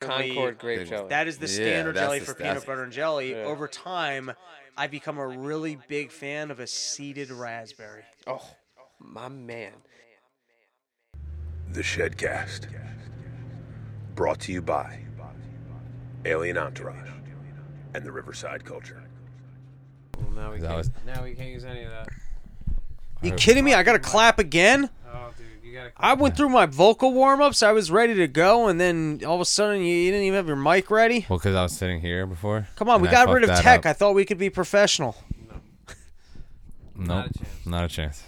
consistently. Concord grape jelly. That is the Yeah, standard that's jelly the for sta- peanut butter and jelly. Yeah. Over time, I've become a really big fan of a seeded raspberry. oh, my man. The Shedcast. Brought to you by Alien Entourage and the Riverside Culture. Well, now we That can't. was- Now we can't use any of that. You kidding me? I got to clap again? Oh, dude, you gotta. I went through my vocal warm ups. I was ready to go, and then all of a sudden, you, you didn't even have your mic ready. Well, because I was sitting here before. Come on, and we I got fucked rid of that tech. I up. thought we could be professional. nope, Not a chance. Not a chance.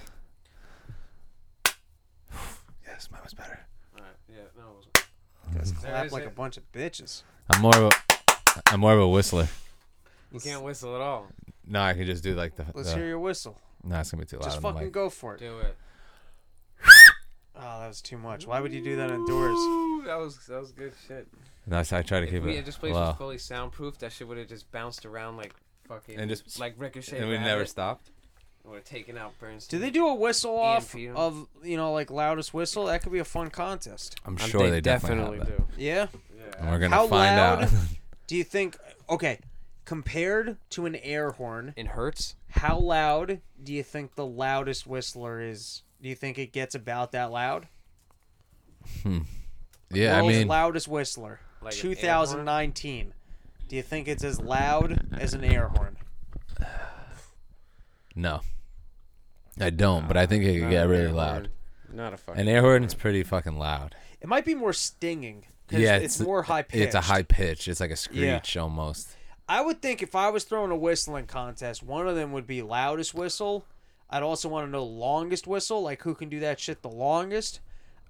yes, mine was better. Alright, yeah, no, it wasn't. Guys There clap is like it. a bunch of bitches. I'm more of a, I'm more of a whistler. You can't whistle at all. No, I can just do like the. Let's the- hear your whistle. No, it's gonna be too loud. Just on the fucking mic. go for it. Do it. Oh, that was too much. Why would you do that indoors? Ooh, that was that was good shit. No, I try to If keep we it had this place low. was fully soundproof, that shit would have just bounced around like fucking And just- like ricochet. and we never stop. stopped. Would have taken out Burns. Do they do a whistle off EMP 'em. of you know like loudest whistle? That could be a fun contest. I'm sure Um, they, definitely, have that. do. Yeah. And Yeah. we're gonna How find loud- out. Do you think? Okay, compared to an air horn, In Hertz, how loud do you think the loudest whistler is? Do you think it gets about that loud? yeah, I World's mean, loudest whistler, Like an air horn? 2019. Do you think it's as loud as an air horn? no, I don't. But I think it could get really loud. Not a fucking. An air horn's pretty fucking loud. It might be more stinging. 'cause Yeah, it's, more high pitched. It's a high pitch. It's like a screech almost. I would think if I was throwing a whistling contest, one of them would be loudest whistle. I'd also want to know longest whistle, like who can do that shit the longest.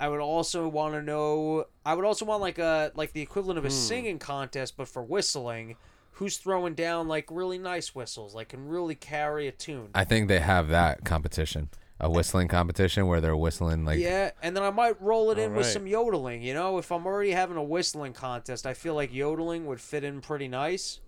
I would also want to know. I would also want like a like the equivalent Hmm. of a singing contest, but for whistling. Who's throwing down like really nice whistles, like can really carry a tune. I think they have that competition, a whistling competition where they're whistling like. yeah, and then I might roll it in with Alright. some yodeling. You know, if I'm already having a whistling contest, I feel like yodeling would fit in pretty nice.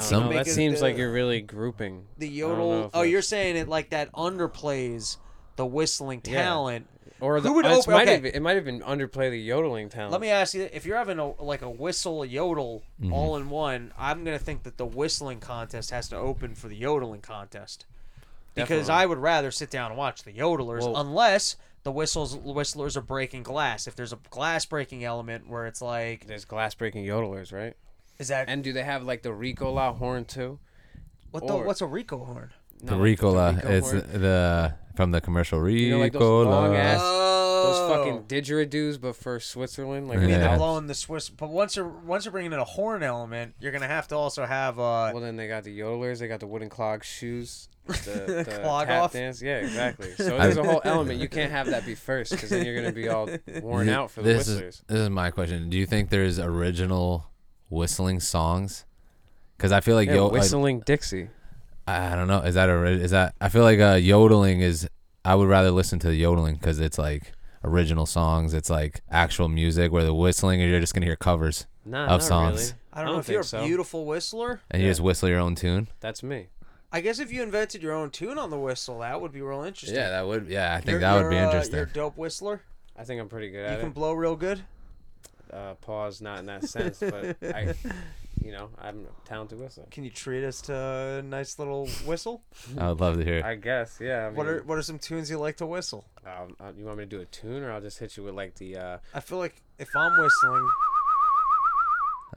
Some- That Make it seems the- like you're really grouping. the I don't know yodel. if Oh, that's- you're saying it like that underplays the whistling Yeah. talent. Or the, oh, would it's open- might okay. have, it might have been underplay the yodeling talent. Let me ask you: if you're having a like a whistle yodel Mm-hmm. all in one, I'm gonna think that the whistling contest has to open for the yodeling contest because Definitely. I would rather sit down and watch the yodelers Well- unless the whistles whistlers are breaking glass. If there's a glass breaking element where it's like, There's glass breaking yodelers, right? is that And do they have like the Ricola horn too? what the, or- what's a Rico horn? The No, like, Ricola, Rico it's horn. the from the commercial Ricola. know, like those long ass- Oh, those fucking didgeridoos, but for Switzerland. Like Yeah. they They're have- blowing the Swiss, but once you're once you're bringing in a horn element, you're gonna have to also have uh, Well, then they got the yodelers. They got the wooden clog shoes. The, the Clog tap off? dance. Yeah, exactly. So there's a whole element. You can't have that be first because then you're gonna be all worn You- out for the this whistlers. Is, this is my question. Do you think there's original whistling songs? Because I feel like Yeah, yo, like, whistling Dixie. I don't know. Is that a is that? I feel like uh, yodeling is. I would rather listen to the yodeling because it's like original songs. It's like actual music. Where the whistling, you're just gonna hear covers Nah, of not songs, really. I don't know if think you're a so. beautiful whistler. and you just whistle your own tune. That's me. I guess if you invented your own tune on the whistle, that would be real interesting. Yeah, that would. Yeah, I think You're- that would you're, be uh, interesting. you're a dope whistler. I think I'm pretty good You at can it. blow real good. uh, pause, not in that sense, but I, you know, I'm a talented whistler. Can you treat us to a nice little whistle? I would love to hear. it. I guess, yeah. I mean, What are what are some tunes you like to whistle? um, uh, you want me to do a tune, or I'll just hit you with like the uh, I feel like if I'm whistling,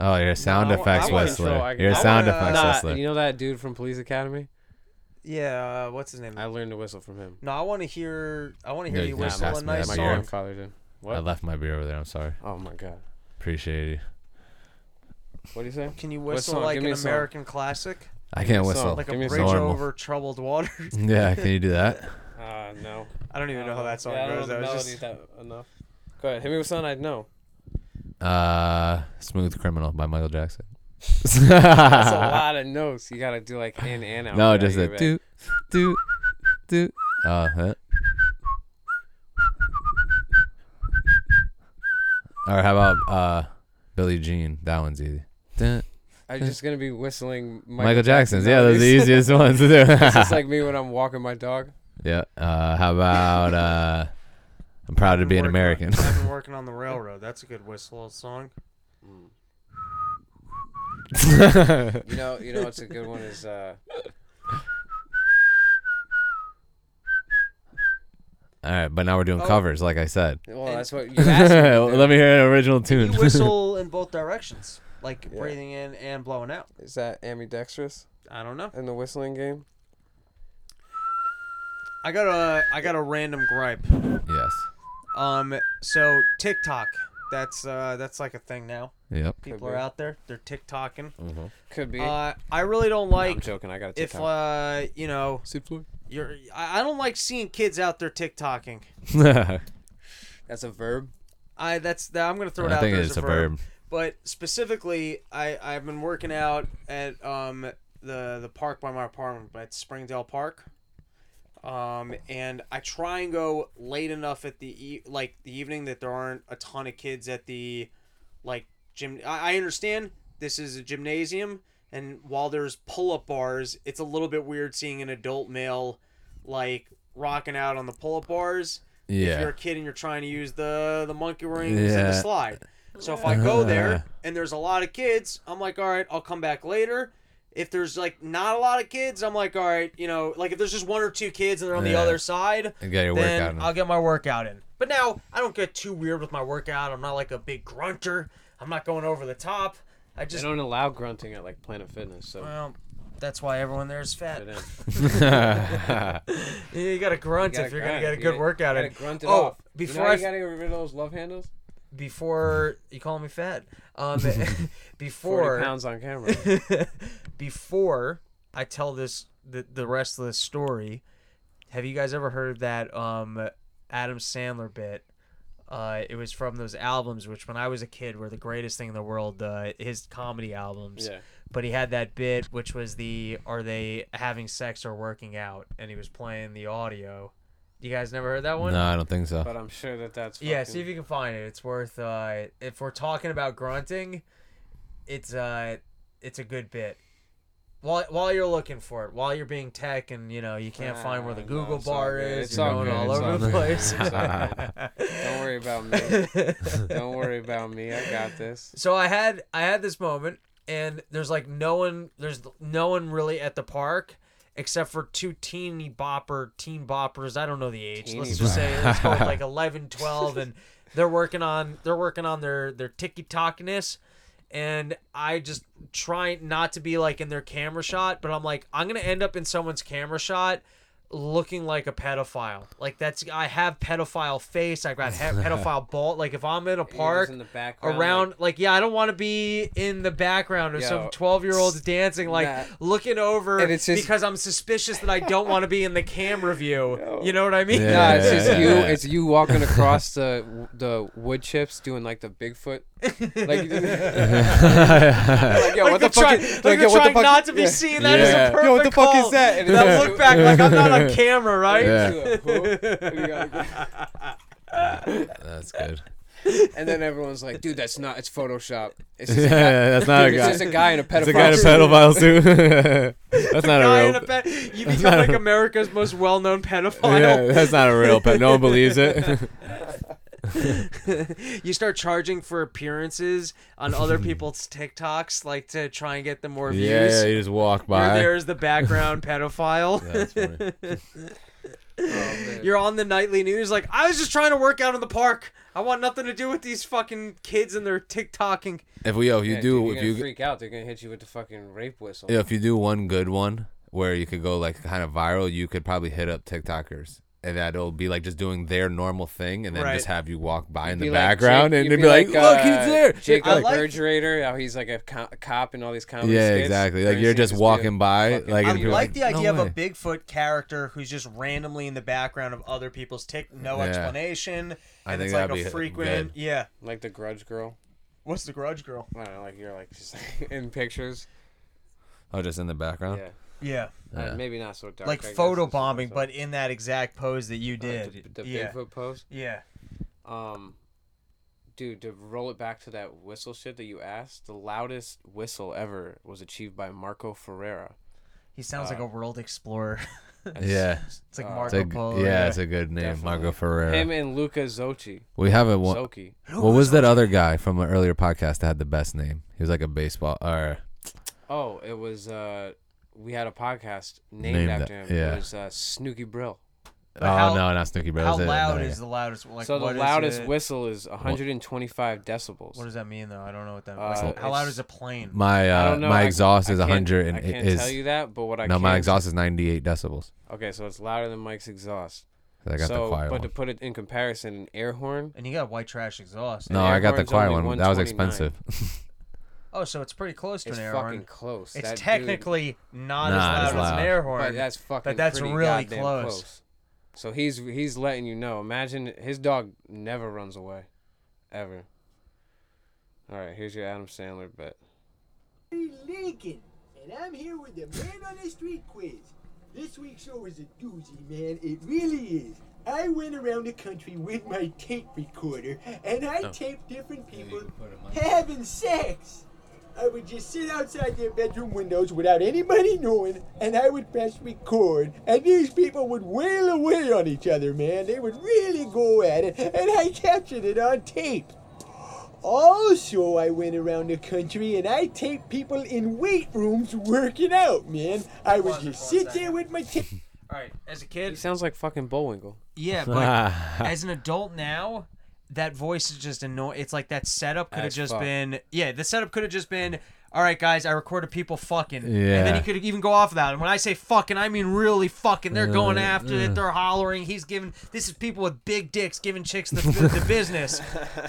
Oh, you're a sound I wa- effects I wanna whistler. control- I- you're a I sound wanna- effects Nah, whistler. You know that dude from Police Academy? yeah, uh, what's his name? I learned to whistle from him. no, I want to hear. I want to No, hear you you can't whistle pass a me that nice My mic. song. grandfather did. I What? left my beer over there. I'm sorry. Oh my god. Appreciate you. What do you say? Can you What whistle song? like Give me an a song. American classic, I can't me a song. whistle. like Give me a a bridge normal. over troubled water? Yeah, can you do that? Uh, no. I don't even know how that song yeah, I goes. don't know I the was melody just- that enough. Go ahead. Hit me with something I know. Uh, Smooth Criminal by Michael Jackson. That's a lot of notes. You gotta do like in and out. no, Gotta just a get back. do, do, do. Uh huh. Or how about uh, Billie Jean? That one's easy. Dun. I'm just gonna be whistling Michael, Michael Jackson's. Yeah, those are melodies. the easiest ones to It's just do. like me when I'm walking my dog. yeah. Uh, how about uh, I'm proud to be an Working on- American. I've been working on the railroad. That's a good whistle song. You know, you know what's a good one is uh All right, but now we're doing Oh. covers, like I said. well that's what you asked me. Let me hear an original You tune. whistle in both directions, like breathing in and blowing out. Is that ambidextrous I don't know. in the whistling game? I got a I got a random gripe. yes. Um, so TikTok, that's uh that's like a thing now. Yep. People are out there, they're TikToking. Could be. Uh, I really don't I'm like joking. I got to if TikTok. uh you know you're I I don't like seeing kids out there TikToking. That's a verb. I that's that I'm gonna throw it I out think there as it's a verb. verb. But specifically, I I've been working out at um the the park by my apartment, but it's Springdale Park. Um, and I try and go late enough at the e- like the evening that there aren't a ton of kids at the like gym. I, I understand this is a gymnasium, and while there's pull up bars, it's a little bit weird seeing an adult male like rocking out on the pull up bars if you're Yeah. a kid and you're trying to use the the monkey rings and the Yeah. Uh-huh. slide. So if I go there and there's a lot of kids, I'm like, all right, I'll come back later. If there's like not a lot of kids, I'm like, all right, you know, like if there's just one or two kids and they're on the Yeah. other side, And get your workout then in. I'll get my workout in. But now I don't get too weird with my workout. I'm not like a big grunter. I'm not going over the top. I They just don't allow grunting at like Planet Fitness, so well, that's why everyone there is fat. it is. You gotta grunt if you're gonna grunt. get a You good gotta- workout you in. gotta grunt it oh, off. before you I know how f- you gotta get rid of those love handles. before you call me fat. Um, Forty before pounds on camera. before I tell this the, the rest of the story, have you guys ever heard that um Adam Sandler bit? Uh, it was from those albums, which when I was a kid were the greatest thing in the world. Uh, his comedy albums. Yeah. But he had that bit, which was the "Are they having sex or working out?" and he was playing the audio. You guys never heard that one? no, I don't think so. But I'm sure that that's. Yeah, fucking- see if you can find it. It's worth. Uh, if we're talking about grunting, it's uh, it's a good bit. While while you're looking for it, while you're being tech, and you know you can't find where the Ah, no, Google it's all bar good. is, It's you're all going good. all It's over all the good. place. It's Don't worry about me. Don't worry about me. I got this. so I had I had this moment, and there's like no one, there's no one really at the park. Except for two teeny bopper, teen boppers. I don't know the age. Teeny let's just bopper. say it's called like 11, 12, and they're working on they're working on their their ticky tockiness. And I just try not to be like in their camera shot, but I'm like I'm gonna end up in someone's camera shot looking like a pedophile. Like that's I have pedophile face. I got he- pedophile ball. Like if I'm in a You're park, just in the background. around like, like, yeah i don't want to be in the background of some Yo, 12 year olds dancing like nah. looking over And it's just- because i'm suspicious that i don't want to be in the camera view you know what i mean Yeah. Nah, it's just you. Yeah. It's you walking across the the wood chips, doing like the Bigfoot. Like, like, yo, like what they're the try- fuck? like is- they're yo, what the trying fuck- not to be yeah. seen that is Yeah. a perfect Yo, what the fuck is call. that? And And I it's- look back like i'm not on camera right Yeah. That's good. And then everyone's like, "Dude, that's not. It's Photoshop. It's just a guy, That's not a it's guy. just a guy in a pedophile. It's a guy in a suit. pedophile suit. That's not Guy a in real. a pet- you become like America's most well-known pedophile. Yeah, that's not a real pet. No one believes it. you start charging for appearances on other people's TikToks, like to try and get them more views. yeah, yeah, you just walk You're by. there as the background pedophile. That's funny. Oh, You're on the nightly news, like I was just trying to work out in the park. I want nothing to do with these fucking kids and their TikToking. If we, yo, if you Yeah, do, dude, if you're you, gonna freak out, they're gonna hit you with the fucking rape whistle. yo, if you do one good one where you could go like kind of viral, you could probably hit up TikTokers. And that'll be like just doing their normal thing, and then Right. just have you walk by in Be the like background, Jake- and you'd they'd be like, "Look, uh, he's there." Jake I the like- Perjurator, how he's like a, co- cop in all these comedy yeah, skits. exactly. They're Like you're see just this walking dude. by, fucking- like I I and mean, people are like the "No idea of way." a Bigfoot character who's just randomly in the background of other people's tick, no Yeah. explanation, I and it's think like that'd a be frequent. Yeah, Like the Grudge Girl. what's the Grudge Girl? I don't know, like you're like just like, in pictures. Oh, just in the background. Yeah. Yeah, Uh, Yeah. maybe not so dark. like I guess, photo that's what I'm bombing, saying. but in that exact pose that you Like did. the, the yeah, Bigfoot pose. yeah. Um, dude, to roll it back to that whistle shit that you asked, the loudest whistle ever was achieved by Marco Ferreira. He sounds like a world explorer. Yeah. it's like uh, Uh, It's a, Marco g- Polo. yeah, it's a good name, Definitely. Marco Ferreira. Him and Luca Zochi. we haven't won. Zoki. What was that other guy from an earlier podcast that had the best name? He was like a baseball or Oh, it was. uh We had a podcast named, Named after that- him. yeah. It was uh, Snooky Brill. Oh how- no, not Snooki Brothers. How That- loud no, is the loudest? Like, so the what is loudest it- whistle is 125 decibels. What does that mean though? I don't know what that. Uh, means. how loud it's- is a plane? My I uh, don't know. my I- exhaust I is can't- hundred and I can't it is tell you that, but what I no, my can- exhaust is ninety eight decibels. Okay, so it's louder than Mike's exhaust. I got so, the choir but one. to put it in comparison, an air horn. And you got white trash exhaust. no, air I got the horn's choir only one. That was 129. expensive. Oh, so it's pretty close to It's an air fucking horn. close. It's That dude- technically not as Nah, it's loud as an loud. air horn. but that's fucking. but that's pretty really goddamn close. So he's he's letting you know. Imagine his dog never runs away, ever. All right, here's your Adam Sandler bet. Lincoln, and I'm here with the Man on the Street quiz. This week's show is a doozy, man. It really is. I went around the country with my tape recorder, and I taped different people having sex. I would just sit outside their bedroom windows without anybody knowing, and I would press record. And these people would wail away on each other, man. They would really go at it, and I captured it on tape. Also, I went around the country and I taped people in weight rooms working out, man. I would Pause it just for a sit there with my tape. All right, as a He kid, sounds like fucking Bullwinkle. yeah, but as an adult now, that voice is just annoying. It's like that setup could have As just fuck. been, yeah, the setup could have just been, all right, guys, I recorded people fucking, and then Yeah. you could even go off of that. And when I say fucking, I mean really fucking. They're going Uh, after it. They're hollering. He's giving. This is people with big dicks giving chicks the, the, the business.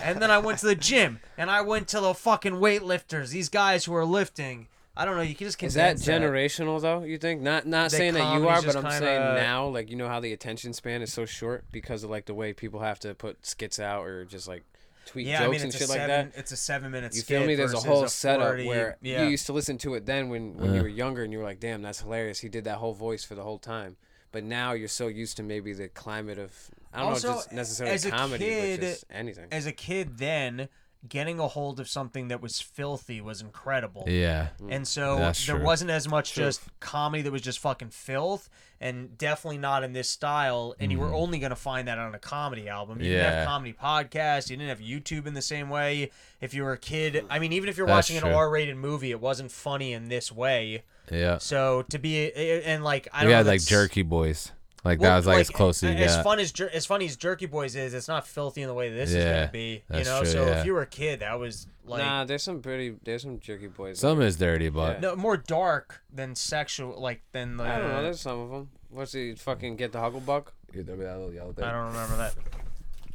And then I went to the gym and I went to the fucking weightlifters. These guys who are lifting. I don't know. You can just Is that condense generational though? You think? Not not The saying that you comedy's are, but just I'm kinda- saying now, like you know how the attention span is so short because of like the way people have to put skits out or just like tweet Yeah, jokes I mean, and it's shit a like seven. that. It's a seven-minute. You feel me? There's a whole setup where you used to listen to it then when when you Yeah. were younger and you were like, damn, that's hilarious. He did that whole voice for the whole time. But now you're so used to maybe the climate of I don't know Also, if it's necessarily as a comedy, kid- but just anything. as a kid then getting a hold of something that was filthy was incredible. yeah, And so That's there true. wasn't as much just comedy that was just fucking filth, and definitely not in this style. And you were only gonna find that on a comedy album. You didn't Mm-hmm. Yeah. have comedy podcasts. You didn't have YouTube in the same way. If you were a kid, I mean, even if you're That's watching an true. R-rated movie, it wasn't funny in this way. yeah. So to be and like I We don't know, had like that's- jerky boys. Like well, that was like, as close as you as got. fun as jer- as funny as Jerky Boys is. It's not filthy in the way this is Yeah, gonna be. You that's know, true, so yeah. if you were a kid, that was like nah, there's some pretty there's some jerky boys. out Some is dirty, but no more dark than sexual, like than the. I don't know. There's some of them. What's he fucking get the Hucklebuck? I don't remember that.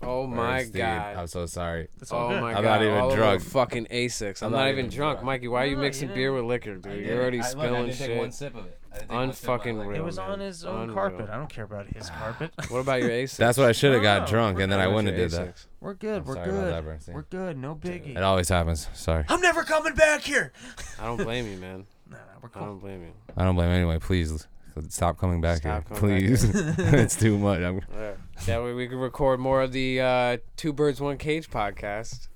Oh Or my it's the- I'm god. so sorry. That's all Oh good. my I'm god. not even All over drunk. Fucking Asics. I'm, not, even drunk. Mikey, why are you No, mixing you beer with liquor, dude? You're already spilling shit. sip of it. Unfucking real. It was man. on his own Unreal. carpet. I don't care about his carpet. What about your Asics? That's what I should have got No, drunk, and then I What about wouldn't your have did that. Asics? We're good. we're sorry about good. that, Bernstein. we're good. No biggie. It always happens. Sorry. I'm never coming back here. I don't blame you, man. No, no, we're I cool. don't blame you. I don't blame anyone. Please stop coming back Stop here. coming back Please, it's too much. I'm, Alright. That way we can record more of the uh, Two Birds One Cage podcast.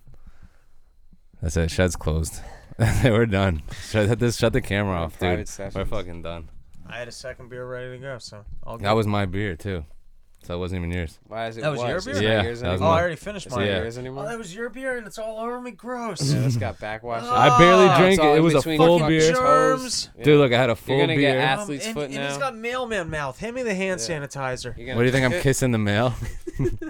that's it. Shed's closed. We're done. Shut this. Shut the camera We're in off, private dude. We're sessions. fucking done. I had a second beer ready to go, so I'll go. That was my beer too, so it wasn't even yours. Why is it That was your It's beer? not Yeah, yours oh, that was anymore? I mine. already finished It's not mine. Yeah. yours Oh, anymore? that was your beer, and it's all over me. Gross. Yeah, that's got backwash. Ah, I barely it's drank it. Oh, all It in was a between full your fucking beer, germs. Yeah. dude. Look, I had a full gonna get beer. ass- Athlete's Um, and, foot and he's now. got mailman mouth. Hand me the hand sanitizer. You what do you think? gonna- I'm kissing the mail,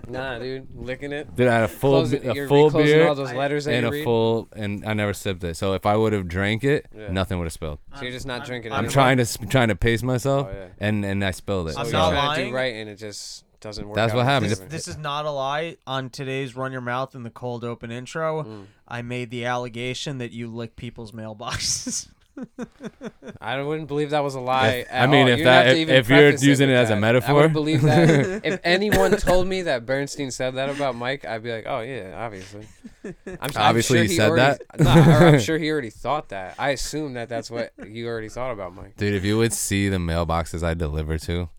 Nah, dude, licking it. dude. I had a full, Close be- it- a you're full reclosing beer all those letters that and you a read? full, and I never sipped it. So if I would have drank it, Yeah. nothing would have spilled. So you're just not drinking. I'm anymore. trying to sp- trying to pace myself, Oh, yeah. and and I spilled it. I'm So So- you're not trying to lying. do right, and it just doesn't work. That's out what with happened. this- If- This is not a lie. On today's Run Your Mouth in the Cold Open intro, I made the allegation that you lick people's mailboxes. I wouldn't believe that was a lie. If- at I mean, all. if You didn't have that- to if- even if you're preface using with it as a that. I metaphor. would believe that. if anyone told me that Bernstein said that about Mike, I'd be like, oh yeah, obviously. I'm, I'm Obviously sure you he said already- that? Nah, or I'm sure he already thought that. I assume that that's what you already thought about Mike. Dude, if you would see the mailboxes I deliver to,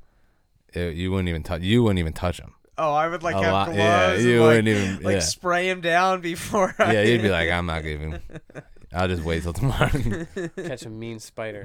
it, you wouldn't even touch. You wouldn't even touch them. Oh, I would like A have lot- gloves. yeah, and, you like, wouldn't even- like yeah. spray him down before. I- Yeah, you'd be like, I'm not giving. I'll just wait till tomorrow. Catch a mean spider.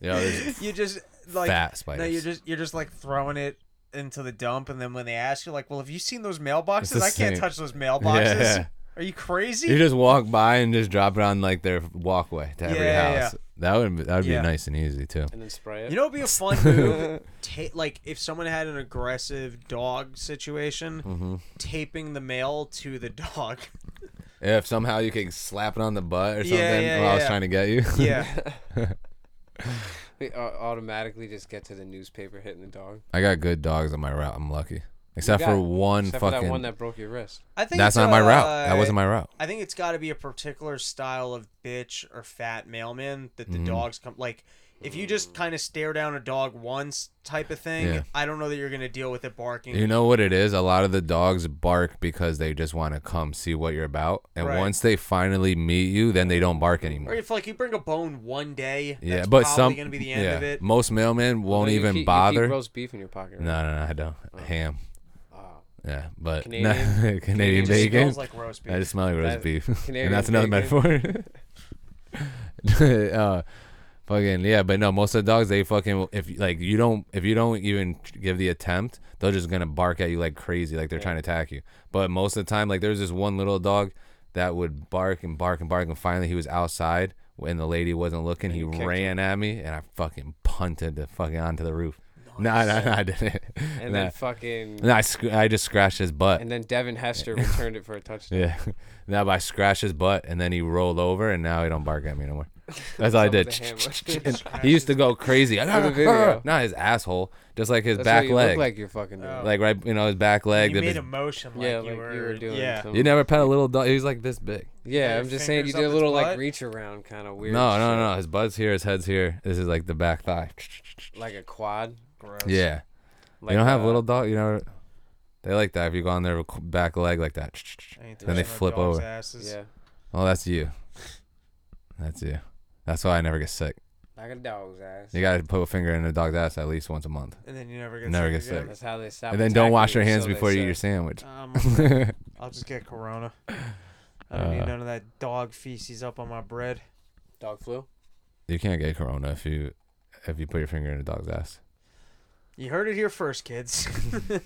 Yo, there's you just like fat spiders. no, you're just you're just like throwing it into the dump, and then when they ask you, like, well, have you seen those It's mailboxes? the I can't same. touch those yeah, mailboxes. yeah. Are you crazy? You just walk by and just drop it on like their walkway to every Yeah, yeah, house. That would be, that would Yeah. be nice and easy too. and then spray it. You know, it'd be a fun move. Ta- like if someone had an aggressive dog situation, Mm-hmm. taping the mail to the dog. If somehow you could slap it on the butt or something Yeah, yeah, while I was yeah. trying to get you. Yeah, we au- uh, automatically just get to the newspaper hitting the dog. I got good dogs on my route. I'm lucky. Except got- for one Except fucking. for that one that broke your wrist. I think it's, that's not my route. uh, That wasn't my route. I think it's got to be a particular style of bitch or fat mailman that Mm-hmm. the dogs come like. If you just kind of stare down a dog once, type of thing, Yeah. I don't know that you're gonna deal with it barking. You know what it is? A lot of the dogs bark because they just want to come see what you're about. And Right. once they finally meet you, then they don't bark or anymore. if like you bring a bone one day, Yeah, that's but probably some gonna be the end yeah, of it. most mailmen won't No, you even keep- you keep bother. roast beef in your pocket. Right? no, no, no, I don't. Ham. Oh. Yeah, but Canadian- Canadian, Canadian Canadian It just bacon. smells like roast beef. I just smell like roast That- beef, Canadian and that's another metaphor. uh, fucking yeah, but no, most of the dogs they fucking if like you don't if you don't even give the attempt, they're just gonna bark at you like crazy, like they're trying to attack you. But most of the time, like there's this one little dog that would bark and bark and bark, and finally he was outside when the lady wasn't looking. He ran at me, and I fucking punted the fucking onto the roof. No, no, no, I didn't. Nah. And then fucking. No, I, sc- I just scratched his butt. And then Devin Hester returned it for a touchdown. Yeah. Now but I scratched his butt and then he rolled over and now he don't bark at me no more. That's all I did. With a hammer. And he used to go crazy. the video. Not his asshole, just like his That's back what you leg. look Like. like you're fucking doing. right, you know, his back leg. you the- made a motion Oh, like, yeah, you, were, doing. Yeah, some- you never pet a little dog. He was like this big. yeah, your I'm just saying you fingers did a up little its like butt? reach around kind of weird. No, no, shit, no. His butt's here. His head's here. This is like the back thigh. Like a quad. gross. Yeah. Like you don't have a- little dog. You know, they like that. If you go on their back leg like that, I ain't then they touching no flip dogs' over. asses. Yeah, Oh, that's you. That's you. That's why I never get sick. like a dog's ass. You gotta put a finger in a dog's ass at least once a month. and then you never get Never sick get again. sick. That's how they stop. and then don't attacking wash your you, hands so they before you say. eat your sandwich. Um, I'll just get corona. I don't Uh. need none of that dog feces up on my bread. Dog flu. you can't get corona if you if you put your finger in a dog's ass. You heard it here first, kids.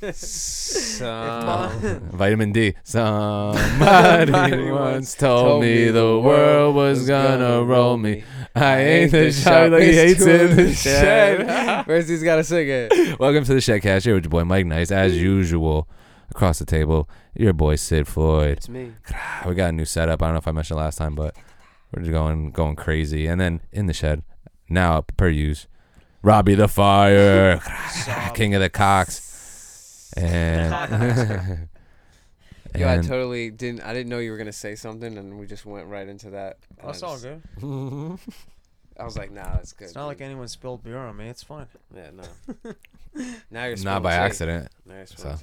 Uh, So Vitamin D. Somebody once told me the world was gonna roll me. I ain't the shark like he hates in the shed. Where's he's gotta sing it? Welcome to the Shed Cash here with your boy Mike Nice, as usual. Across the table, your boy Sid Floyd. It's me. Ah, We got a new setup. I don't know if I mentioned last time, but we're just going going crazy. And then in the shed, now per use, Robbie the Fire, King of the Cocks, and, Yo, I and- totally didn't. I didn't know you were gonna say something, and we just went right into that. and I That's Oh, all just- good. I was like, nah, that's good. It's not like dude. anyone spilled beer on me. It's fine. yeah, no. now you're not spilling by tea. accident. Now you're spilling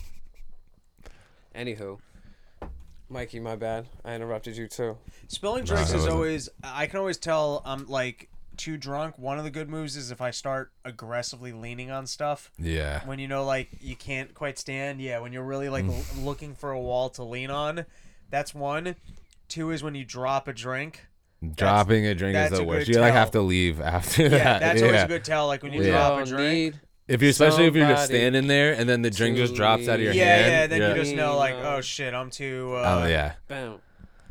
tea. Anywho, Mikey, my bad. I interrupted you too. Spilling drinks it is wasn't. always. I can always tell I'm like too drunk. One of the good moves is if I start aggressively leaning on stuff. Yeah, When you know, like, you can't quite stand. Yeah, when you're really, like, Mm. l- looking for a wall to lean on. That's one. Two is when you drop a drink. dropping a drink is that's the a worst. good You like tell. have to leave after Yeah, that. that's always yeah. a good tell. Like, when you We drop all a drink. need If you especially if you're just Somebody standing there and then the drink just to drops out of your leave. yeah, hand. yeah. Then you just know, like, Lean on. oh shit, I'm too. Uh, Oh, yeah. Bam.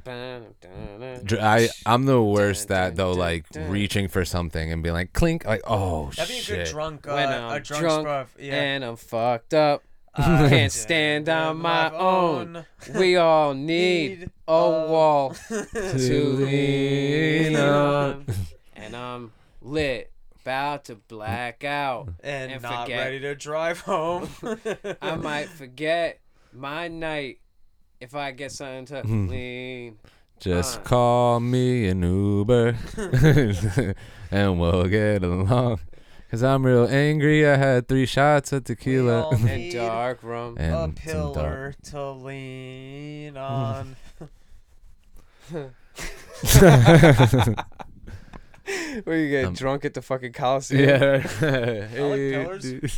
Bam, dun, dun. Dr- I I'm the worst Dun, at though, dun, like dun. reaching for something and being like clink, like oh That'd be a shit. good drunk. Uh, When I'm a drunk, drunk scruff, Yeah. and I'm fucked up. I Can't stand on my own. We all need Need a a- wall own. to lean lean on. And I'm lit, about to black out. and, And not forget. ready to drive home. I might forget my night if I get something to Hmm. lean. Just on. call me an Uber, and we'll get along. Cause I'm real angry. I had three shots of tequila all And Need dark room. and a some dark. pillar to lean on. Where you get Um, drunk at the fucking Coliseum? Yeah. pillars. dude.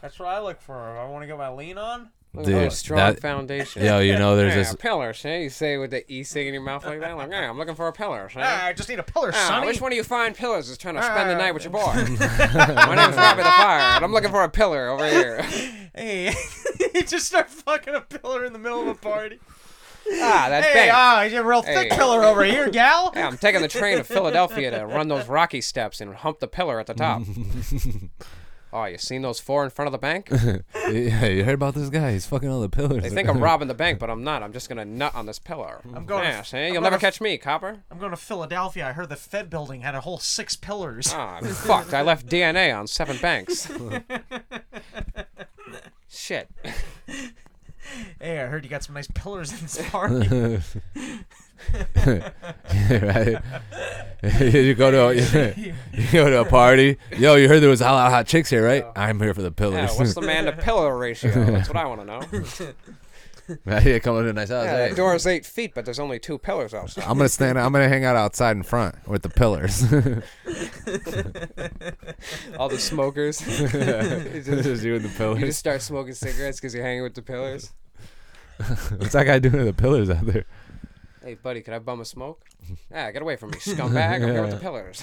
That's what I look for. If I want to get my lean on. Look at Dude, that oh, strong that- foundation. Yo, you know there's Yeah, this. pillar. Shane. You say with the E thing in your mouth like that. Like, yeah, I'm looking for a pillar. Shane. Ah, I just need a pillar, Ah, Sonny. which one of you fine pillars is trying to spend the Ah. night with your boy? My name's Robbie the Fire, and I'm looking for a pillar over here. Hey, you just start fucking a pillar in the middle of a party. Ah, that's Hey, bang. ah, he's a real thick Hey. pillar over here, gal. Yeah, I'm taking the train to Philadelphia to run those rocky steps and hump the pillar at the top. oh, you seen those four in front of the bank? yeah, you heard about this guy? He's fucking all the pillars. They think I'm robbing the bank, but I'm not. I'm just gonna nut on this pillar. I'm going to- Smash, eh? I'm You'll never going to- catch me, copper. I'm going to Philadelphia. I heard the Fed building had a whole six pillars. Ah, fuck! I left DNA on seven banks. Shit. Hey, I heard you got some nice pillars in this park. right? you go to a, you go to a party. Yo, you heard there was a lot of hot chicks here, right? I'm here for the Yeah, pillars. what's the man to pillar ratio? That's what I want to know. right? You come into a nice house. Yeah, hey. that door's eight feet, but there's only two pillars outside. I'm gonna stand. I'm gonna hang out outside in front with the pillars. All the smokers. You This just- is you and the you pillars. just start smoking cigarettes because you're hanging with the pillars. What's that guy doing to the pillars out there? Hey, buddy, could I bum a smoke? Ah, get away from me, scumbag. I'm here with the pillars.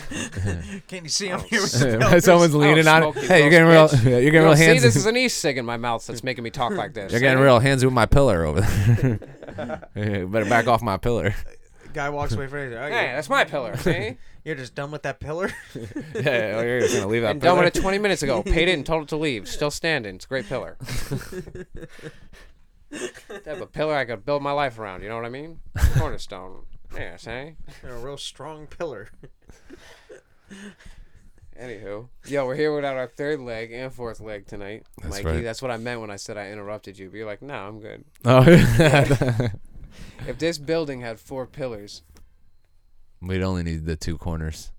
Can you see I'm here with the Right, pillars? Someone's leaning on it. smoke you, Hey, you're gross getting real. yeah, bitch. You're You getting real don't see, hands. this is an e cig in my mouth that's making me talk like this. You're getting real hands with my pillar over there. Hey, better back off my pillar. Guy walks away from it. Oh, Hey, you're, that's my pillar. See? you're just done with that pillar? Yeah, yeah, oh, you're just gonna leave that. and done with pillar. it 20 minutes ago. Paid it and told it to leave. Still standing. It's a great pillar. That's a pillar I could build my life around. You know what I mean? Cornerstone. eh? Yeah, see? You're a real strong pillar. Anywho, yo, we're here without our third leg and fourth leg tonight, That's Mikey. right. That's what I meant when I said I interrupted you. But you're like, no, I'm good. Oh, If this building had four pillars, we'd only need the two corners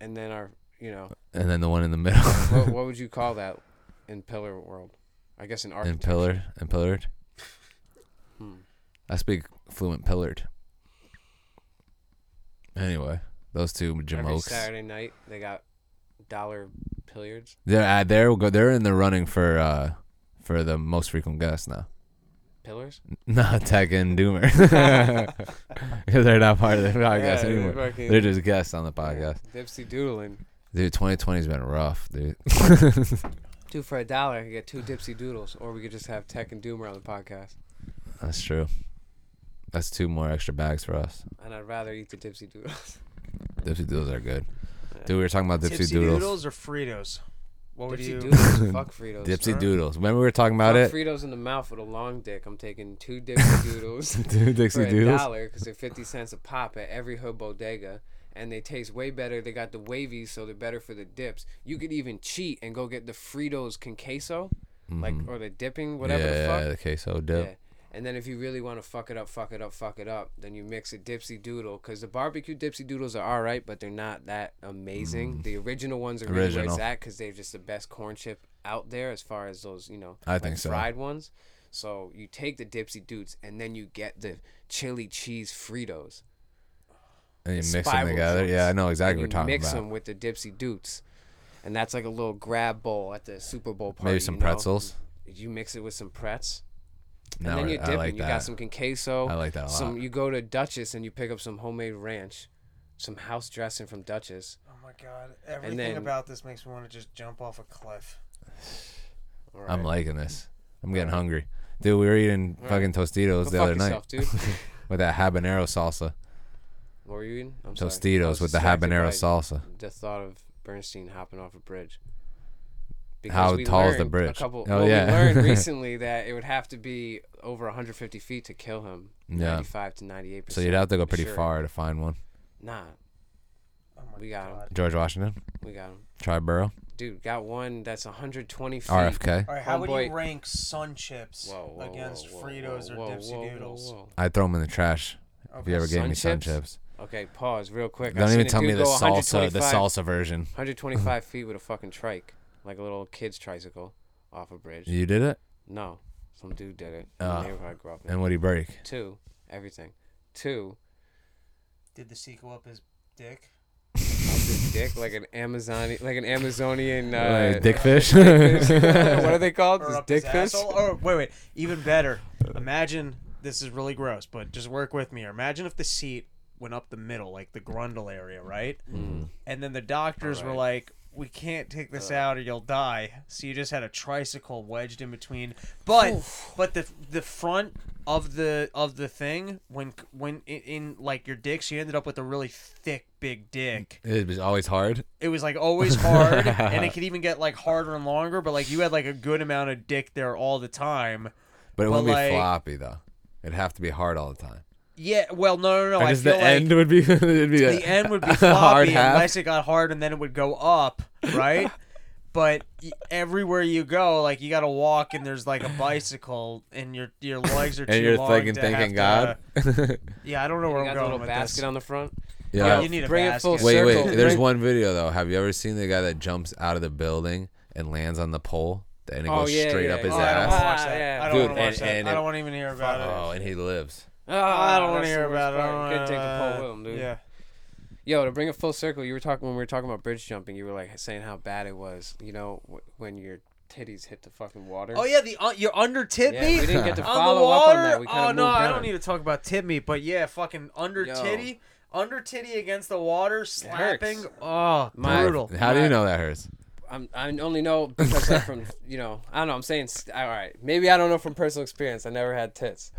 and then our, you know, and then the one in the middle. what, what would you call that in pillar world? I guess in and architecture. pillared and pillared. I speak fluent pillared. Anyway, those two Every jamokes. Saturday night they got dollar pillards. They're uh, they're go- they're in the running for uh for the most frequent guest now. Pillars. Not Tech and Doomer, because they're not part of the podcast they're anymore. fucking- They're just guests on the podcast. Dipsy doodling. Dude, 2020's been rough, dude. Two for a dollar, you get two dipsy doodles, or we could just have Tech and Doomer on the podcast. That's true. That's two more extra bags for us. And I'd rather eat the dipsy doodles. Dipsy Doodles are good. Dude, we were talking about Dipsy, Tipsy Doodles. Doodles or Fritos? What would dipsy you? doodles. Fuck Fritos. Dipsy Doodles. Remember we were talking about it? Fuck Fritos in the mouth with a long dick. I'm taking two dipsy doodles. Dude, for Dixie a Doodles. dollar because they're 50 cents a pop at every hood bodega and they taste way better they got the wavies so they're better for the dips you could even cheat and go get the fritos con queso like or the dipping whatever Mm-hmm. yeah, the fuck queso yeah. dip. and then if you really want to fuck it up fuck it up fuck it up then you mix a dipsy doodle because the barbecue dipsy doodles are all right but they're not that amazing the original ones are really where Mm. Original. it's at because they're just the best corn chip out there as far as those you know I like, think so. fried ones so you take the Dipsy Dudes and then you get the chili cheese Fritos. And you the mix them spiral together. joints. Yeah, I know exactly and what you we're talking mix about. them with the Dipsy Dudes, and that's like a little grab bowl at the Super Bowl party. Maybe some you know? pretzels. You mix it with some pretz, and Now then we're- you're I dipping. like you got that. some con queso. I like that a Some lot. you go to Dutchess and you pick up some homemade ranch, some house dressing from Dutchess. Oh my god! Everything then- about this makes me want to just jump off a cliff. All I'm right. liking this. I'm getting hungry. Dude, we were eating fucking Tostitos Go the fuck other yourself, night dude. with that habanero salsa. What were you eating? I'm sorry. I was Tostitos with the distracted habanero by salsa. The thought of Bernstein hopping off a bridge. How tall is the learned A bridge? couple, Oh, well, yeah. we learned recently that it would have to be over 150 feet to kill him. Yeah. 95 to 98 So you'd have to go pretty far to find one. Nah, Oh my we got him. god! George Washington, We got him. Triborough, Dude, got one that's 120 feet. RFK. All right, how would Homeboy- you rank Sun Chips Oh, Whoa, whoa, against whoa, whoa, Fritos whoa, or whoa, Dipsy whoa, Doodles? whoa. I'd throw them in the trash if you ever gave Sun me sun chips? chips. Okay, pause real quick. I Don't seen even a tell me dude the go salsa, the 125 salsa version. 125 feet with a fucking trike, like a little kid's tricycle off a bridge. You did it, No, some dude did it. in Ah. the neighborhood I grew up in. and what do you break? Two, everything. Two, Did the sequel up his dick? the dick like an Amazonian, like an Amazonian. Uh, Like dickfish. what are they called? Or This up dick his fish. asshole? Or wait, wait, even better. Imagine this is really gross, but just work with me. here. Imagine if the seat went up the middle, like the grundle area, right? And then the doctors were like, we can't take this out or you'll die. So you just had a tricycle wedged in between. But but the the front of the of the thing when when in, in like your dick, she ended up with a really thick big dick. It was always hard. It was like always hard, and it could even get like harder and longer. But like you had like a good amount of dick there all the time. But But, it wouldn't like- be floppy though. It'd have to be hard all the time. Yeah, well, no, no, no. I I guess feel the like end would be. it'd be the end would be a floppy half. unless it got hard and then it would go up, right? but y- everywhere you go, like you got to walk and there's like a bicycle and your your legs are too and you're long thinking, to have thanking to- God. yeah, I don't know where You I'm got the going little with basket this. on the front. Yeah, yeah. you need a Bring it basket. full Wait, wait. circle. There's Bring- one video though. Have you ever seen the guy that jumps out of the building and lands on the pole and it Oh, goes yeah, straight yeah, up his Oh, yeah. I don't want to ass? watch that. Yeah. I don't Dude, want to watch and- that. and I it- don't want to even hear about Oh, it. and he lives. Ah, I don't want to that's the hear worst about it. I part. don't You could wanna- take the pole with him, dude. Yeah. Yo, to bring it full circle, you were talking when we were talking about bridge jumping. You were like saying how bad it was. You know, w- when your titties hit the fucking water. Oh yeah, the uh, your under tip Yeah, meat. we didn't get to on the follow up on water? that. We kinda oh no, moved I on. don't need to talk about tip meat, but yeah, fucking under Yo. titty, under titty against the water, hurts. slapping. Oh, My- brutal. How do you My- know that hurts? I'm, I only know because like, from you know I don't know. I'm saying s- all right. Maybe I don't know from personal experience. I never had tits.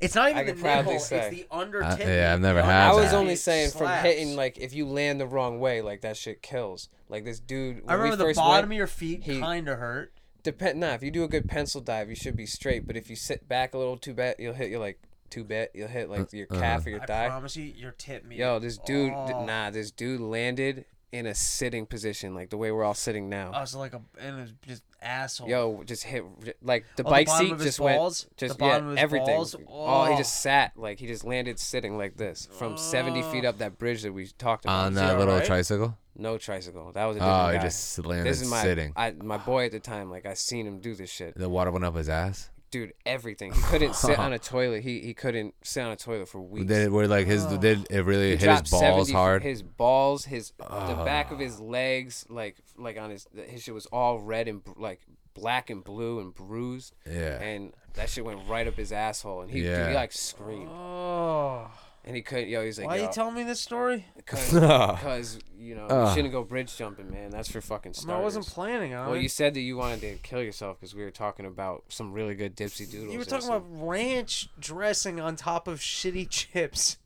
It's not even I the can proudly nipple; say. it's the under Uh, tip. yeah, I've meat. never The had I How's under was that? only meat saying from slaps. hitting like if you land the wrong way, like that shit kills. Like this dude. When I remember we the first bottom went, of your feet he- kind of hurt. depend nah if you do a good pencil dive you should be straight but if you sit back a little too bad you'll hit your like too bad you'll hit like your calf or your I thigh promise you, your tip meat. yo this dude d- Oh. nah this dude landed in a sitting position like the way we're all sitting now I was like a and it was just asshole. yo just hit like the Oh. the bike bottom seat of his just balls? went just The bottom yeah of his everything balls? oh. he Oh. just sat like he just landed sitting like this from 70 Oh. feet up that bridge that we talked about on that little alright? tricycle? no tricycle that was a Oh, different he guy. just landed this is my sitting. I, my boy at the time like I seen him do this shit The water went up his ass. dude everything. He couldn't sit on a toilet. He he couldn't sit on a toilet for weeks. Did it, were like his Oh. did it really He hit dropped his balls 70 hard? His balls, his the back of his legs, like like on his his shit was all red and br- like black and blue and bruised. Yeah. And that shit went right up his asshole, and he dude, Yeah. he like screamed, Oh, and he couldn't. Yo, he's like, why are yo, you telling me this story? because you know Ugh. you shouldn't go bridge jumping, man. That's for fucking No, starters. I wasn't planning on Well, it. you said that you wanted to kill yourself because we were talking about some really good dipsy doodles. You were and talking some- about ranch dressing on top of shitty chips.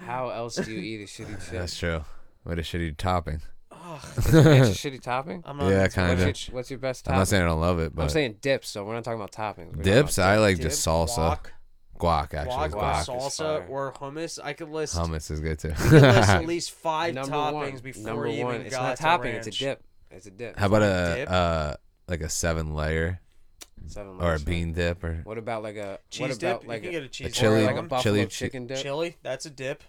how else do you eat a shitty chip? That's true. What a shitty topping. That's a shitty topping. I'm not Yeah, What's kind your, of. what's your best I'm topping? not saying I don't love it, but I'm saying dips, so we're not talking about toppings. We're talking dips. about I like Dip, just salsa, guac, guac, actually. guac, guac is or guac. salsa fire. or hummus. I could list, Hummus is good I too. could list at least five number toppings one. before number you even one. It's got not to topping. ranch. It's a dip. It's a dip. How about dip? a uh like a seven layer Seven or a layers. bean dip or What about like a Cheese what dip. about like you a, can get a cheese or chili- like a dip. buffalo chili- chicken dip? chili. That's a dip.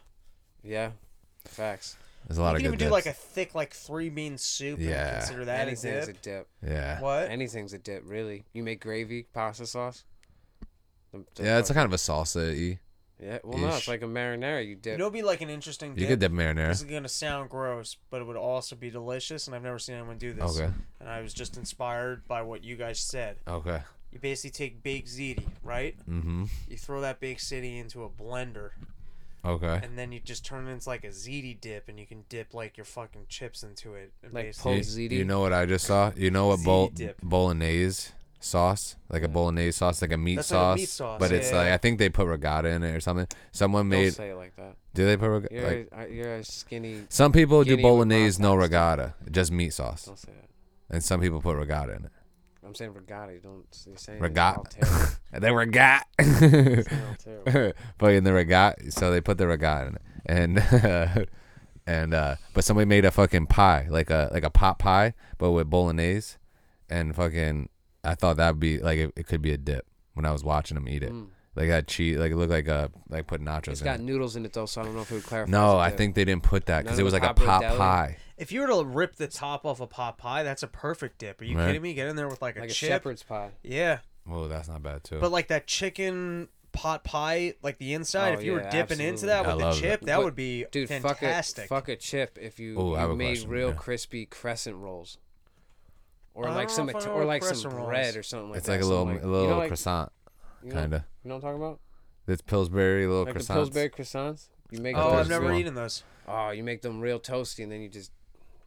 Yeah, facts. there's a lot You of can good even do dips. like a thick, like three bean soup. and Yeah. consider that a Anything's dip. a dip. yeah. What? Anything's a dip. Really, you make gravy, pasta sauce. The- the Yeah, it's a fuck- kind of a salsa. You yeah. Well, no, it's ish. like a marinara. You You dip. know, it'd be like an interesting. Dip. you could dip This marinara. is gonna sound gross, but it would also be delicious, and I've never seen anyone do this. Okay. And I was just inspired by what you guys said. Okay. You basically take baked ziti, right? Mm-hmm. You throw that baked ziti into a blender, Okay. and then you just turn it into like a ziti dip, and you can dip like your fucking chips into it. And Like basically- pull- You, Ziti. you know what I just saw? You know what bol- Ziti dip. bolognese sauce? Like a bolognese sauce, like a meat, That's like sauce, a meat sauce, But it's yeah. like I think they put regatta in it or something. Someone Don't made say it like that. do they put regatta? You're Like, a, you're a skinny. some people do skinny with bolognese, no pasta. regatta, just meat sauce, Don't say that. and some people put regatta in it. I'm saying regatta. You don't. You're saying Regatta. Regatta. the regatta. terrible. but in the regatta, so they put the regatta in it, and and uh, but somebody made a fucking pie, like a like a pot pie, but with bolognese, and fucking I thought that'd be like it, it could be a dip when I was watching them eat it, like that cheese, like it looked like a like put nachos Mm. It's in. got it. noodles in it though, so I don't know if it would clarify. No, as a I dip. think they didn't put that because None it was of the like a popular pot deli- pie. If you were to rip the top off a pot pie, that's a perfect dip. Are you Right. kidding me? Get in there with like a like a chip. shepherd's pie. Yeah, Oh, that's not bad too. but like that chicken pot pie, like the inside. Oh, if you were yeah, dipping into absolutely. that I with the love chip, it. that But, would be Dude, fantastic. fuck a fuck a chip if you, Ooh, I have you a made question, real yeah. crispy crescent rolls, or I like don't some know if I Ita- know or what like some crescent roll bread is. or something like it's that. like a something little a little you know, like- croissant, you know- kinda. You know what I'm talking about? it's Pillsbury little Like croissants. the Pillsbury croissants. You make oh, those I've never little- eaten those. Oh, you make them real toasty, and then you just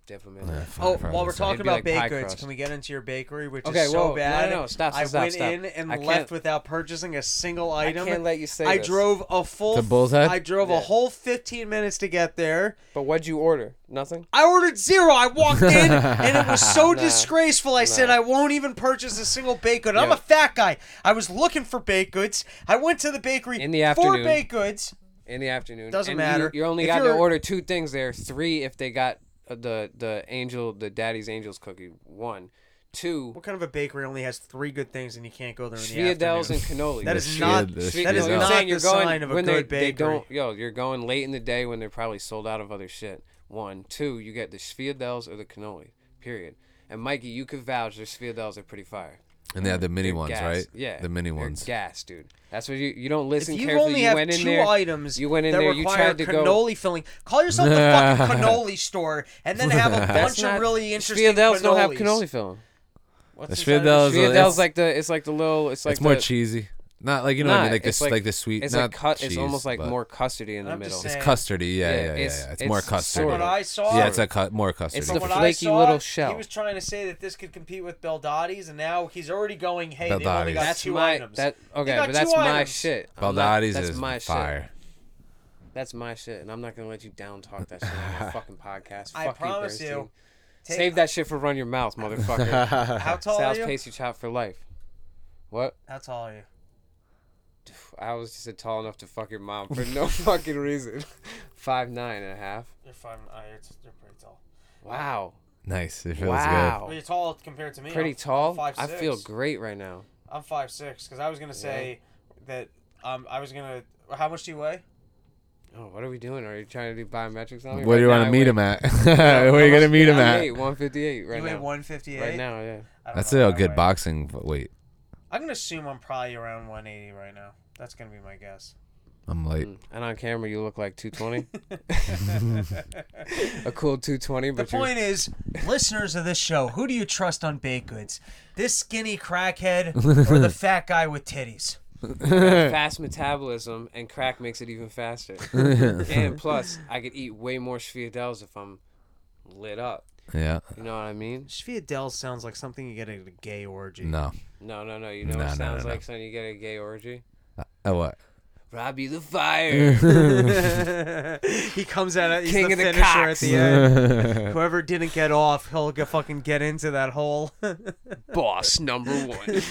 dip them in there. Oh, while we're talking. talking It'd be about like pie baked goods, crust. can we get into your bakery, which Okay, is so whoa, no, bad? no, no, stop, I stop, stop, went stop. in and I left can't- without purchasing a single item. can't let you say I this. drove a full. To Bull's Head? I drove a Yeah. whole 15 minutes to get there. But what'd you order? Nothing. I ordered zero. I walked in and it was so disgraceful. I said I won't even purchase a single baked good. I'm a Yeah. fat guy. I was looking for baked goods. I went to the bakery In the for afternoon. baked goods. in the afternoon. Doesn't And matter. You, you only If got to you're- order two things there. Three if they got uh, the the angel the daddy's angels cookie. One, two, What kind of a bakery only has three good things and you can't go there in the Sviadels afternoon? and cannoli. That Shit, is not. this Svi- That is you know what I'm not saying? the sign of a when good they, they bakery. don't. Yo, you're going late in the day when they're probably sold out of other shit. One, two, you get the Sviadels or the cannoli. Period. And Mikey, you could vouch their Sviadels are pretty fire. And they had the mini They're ones, gas. right? Yeah, The mini they're ones. Gas, dude. That's what you you don't listen if you carefully. only you have went in two there. items You went in that there. You require tried to go. cannoli filling, call yourself the fucking cannoli store and then have a bunch of really interesting cannolis. Sfiadels don't have cannoli filling. What's The inside of a Sfiadels- Sfiadel? it's- Sfiadels like the it's like the little it's like it's more the, cheesy. Not like you know what I mean, Nah, like it's this, like, the sweet. It's not like cut. cheese, it's almost like but more custardy in the I'm middle. just It's saying. custardy, yeah, Yeah, yeah, yeah. yeah, it's- It's, it's more sort custardy. What I saw. Yeah, it's a cut more custardy. It's From the what flaky I saw, little He shell. was trying to say that this could compete with Baldotti's, and now he's already going, "Hey, they only Baldotti's. got That's two my items." that okay, got but that's two my items. shit. I'm not- Baldotti's that's is my fire. shit. That's my shit, and I'm not gonna let you down talk that shit on my fucking podcast. I Fuck promise you. you. Bernstein. Take- Save that shit for run your mouth, motherfucker. How tall are Sal's you? pastry chop for life. What? How tall are you? I was just tall enough to fuck your mom for no fucking reason. Five nine and a half. You're five. Uh, you're, you're pretty tall. Wow. Nice. It feels Wow. Well, you're tall compared to me. Oh. Pretty I'm- tall. I'm five, I feel six. great right now. I'm five six because I was gonna say that um I was gonna. How much do you weigh? Oh, what are we doing? Are you trying to do biometrics on good. me? Where do you want to meet him at? Where are you gonna meet him at? 158 right you now. weigh one fifty eight. Right now, yeah. That's a good boxing f- weight. I'm gonna assume I'm probably around one eighty right now. That's gonna be my guess. I'm late. And on camera, you look like 220. a cool 220, The but you're point is, listeners of this show, who do you trust on baked goods? This skinny crackhead or the fat guy with titties? fast metabolism, and crack makes it even faster. and plus, I could eat way more Sfiadels if I'm lit up. Yeah. You know what I mean? Sviadel sounds like something you get at a gay orgy. No. No, no, no. You know No, what no, it sounds no, no. like when you get at a gay orgy? Oh what? Robbie the Fire. he comes out at he's King the of the finisher at cocks. the end. Whoever didn't get off, he'll get fucking get into that hole. Boss number one.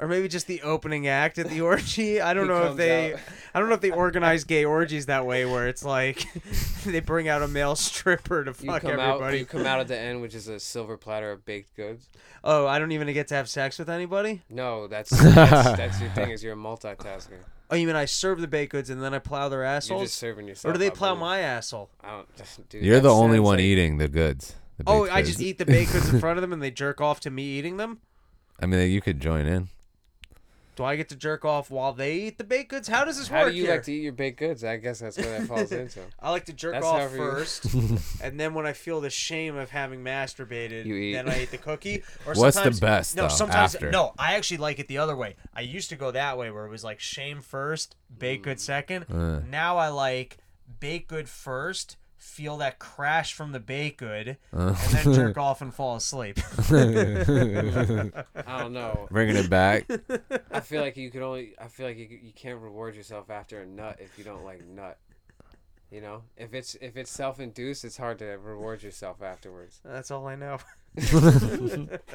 or maybe just the opening act at the orgy. I don't He know if comes they out. I don't know if they organize gay orgies that way where it's like they bring out a male stripper to You fuck come out. everybody. You come out at the end, which is a silver platter of baked goods. Oh, I don't even get to have sex with anybody? No, that's that's, that's your thing. Is you're a multitasker. Oh, you mean I serve the baked goods and then I plow their You're assholes? just serving yourself. Or do they up, plow buddy. my asshole? I don't, dude, You're that the only sounds one like- eating the goods. the Oh, baked I just goods. eat the baked goods in front of them and they jerk off to me eating them? I mean, you could join in. Do I get to jerk off while they eat the baked goods? How does this How work do you here? like to eat your baked goods? I guess that's what that falls into. I like to jerk That's off however you- first, and then when I feel the shame of having masturbated, You eat. then I eat the cookie. Or What's the sometimes- best, No, though, sometimes after? no. I actually like it the other way. I used to go that way where it was like shame first, baked Mm. good second. Uh. Now I like baked good first. Feel that crash from the baked good, Uh. and then jerk off and fall asleep. I don't know. Bringing it back. I feel like you could only. I feel like you, you can't reward yourself after a nut if you don't like nut. You know, if it's if it's self induced, it's hard to reward yourself afterwards. That's all I know.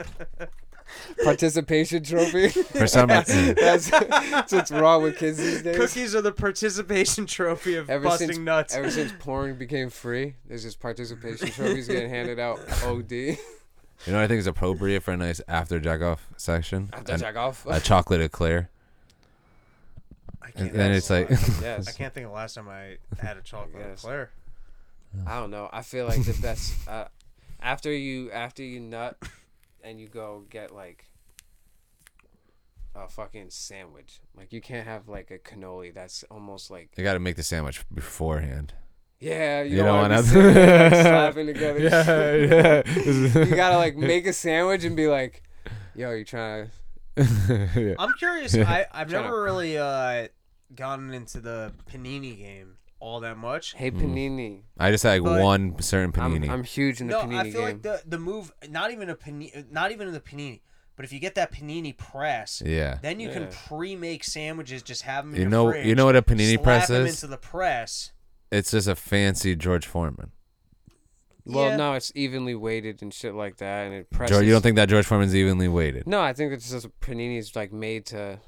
Participation trophy. For some reason. that's, that's what's wrong with kids these days. Cookies are the participation trophy of Ever busting since nuts. ever since porn became free, there's just participation trophies getting handed out. OD. You know what I think is appropriate for a nice after jack off section? After An- jack off. A chocolate eclair. I can't And then it's like, I yes. can't think of the last time I had a chocolate Yes. eclair. I don't know. I feel like the best uh, after you after you nut and you go get like a fucking sandwich. Like you can't have like a cannoli. That's almost like you got to make the sandwich beforehand. yeah. You, You, don't, don't want to want be sitting there, like, slapping together. to. You gotta like make a sandwich and be like, yo, you trying to. I'm curious. I, I've Shut never up. really uh, gotten into the panini game. all that much. Hey Panini, I just had like But- one certain Mm. panini. I'm, I'm huge in the No, Panini I feel like game. the the move, not even a panini, not even in the panini, but if you get that panini press, yeah. then you can Yeah. pre-make sandwiches. Just have them. In You your know- you fridge, know what a panini slap press them is? Into the press. It's just a fancy George Foreman. well, yeah. no, it's evenly weighted and shit like that, and it presses. George, you don't think that George Foreman's evenly weighted? No, I think it's just Panini's like made to.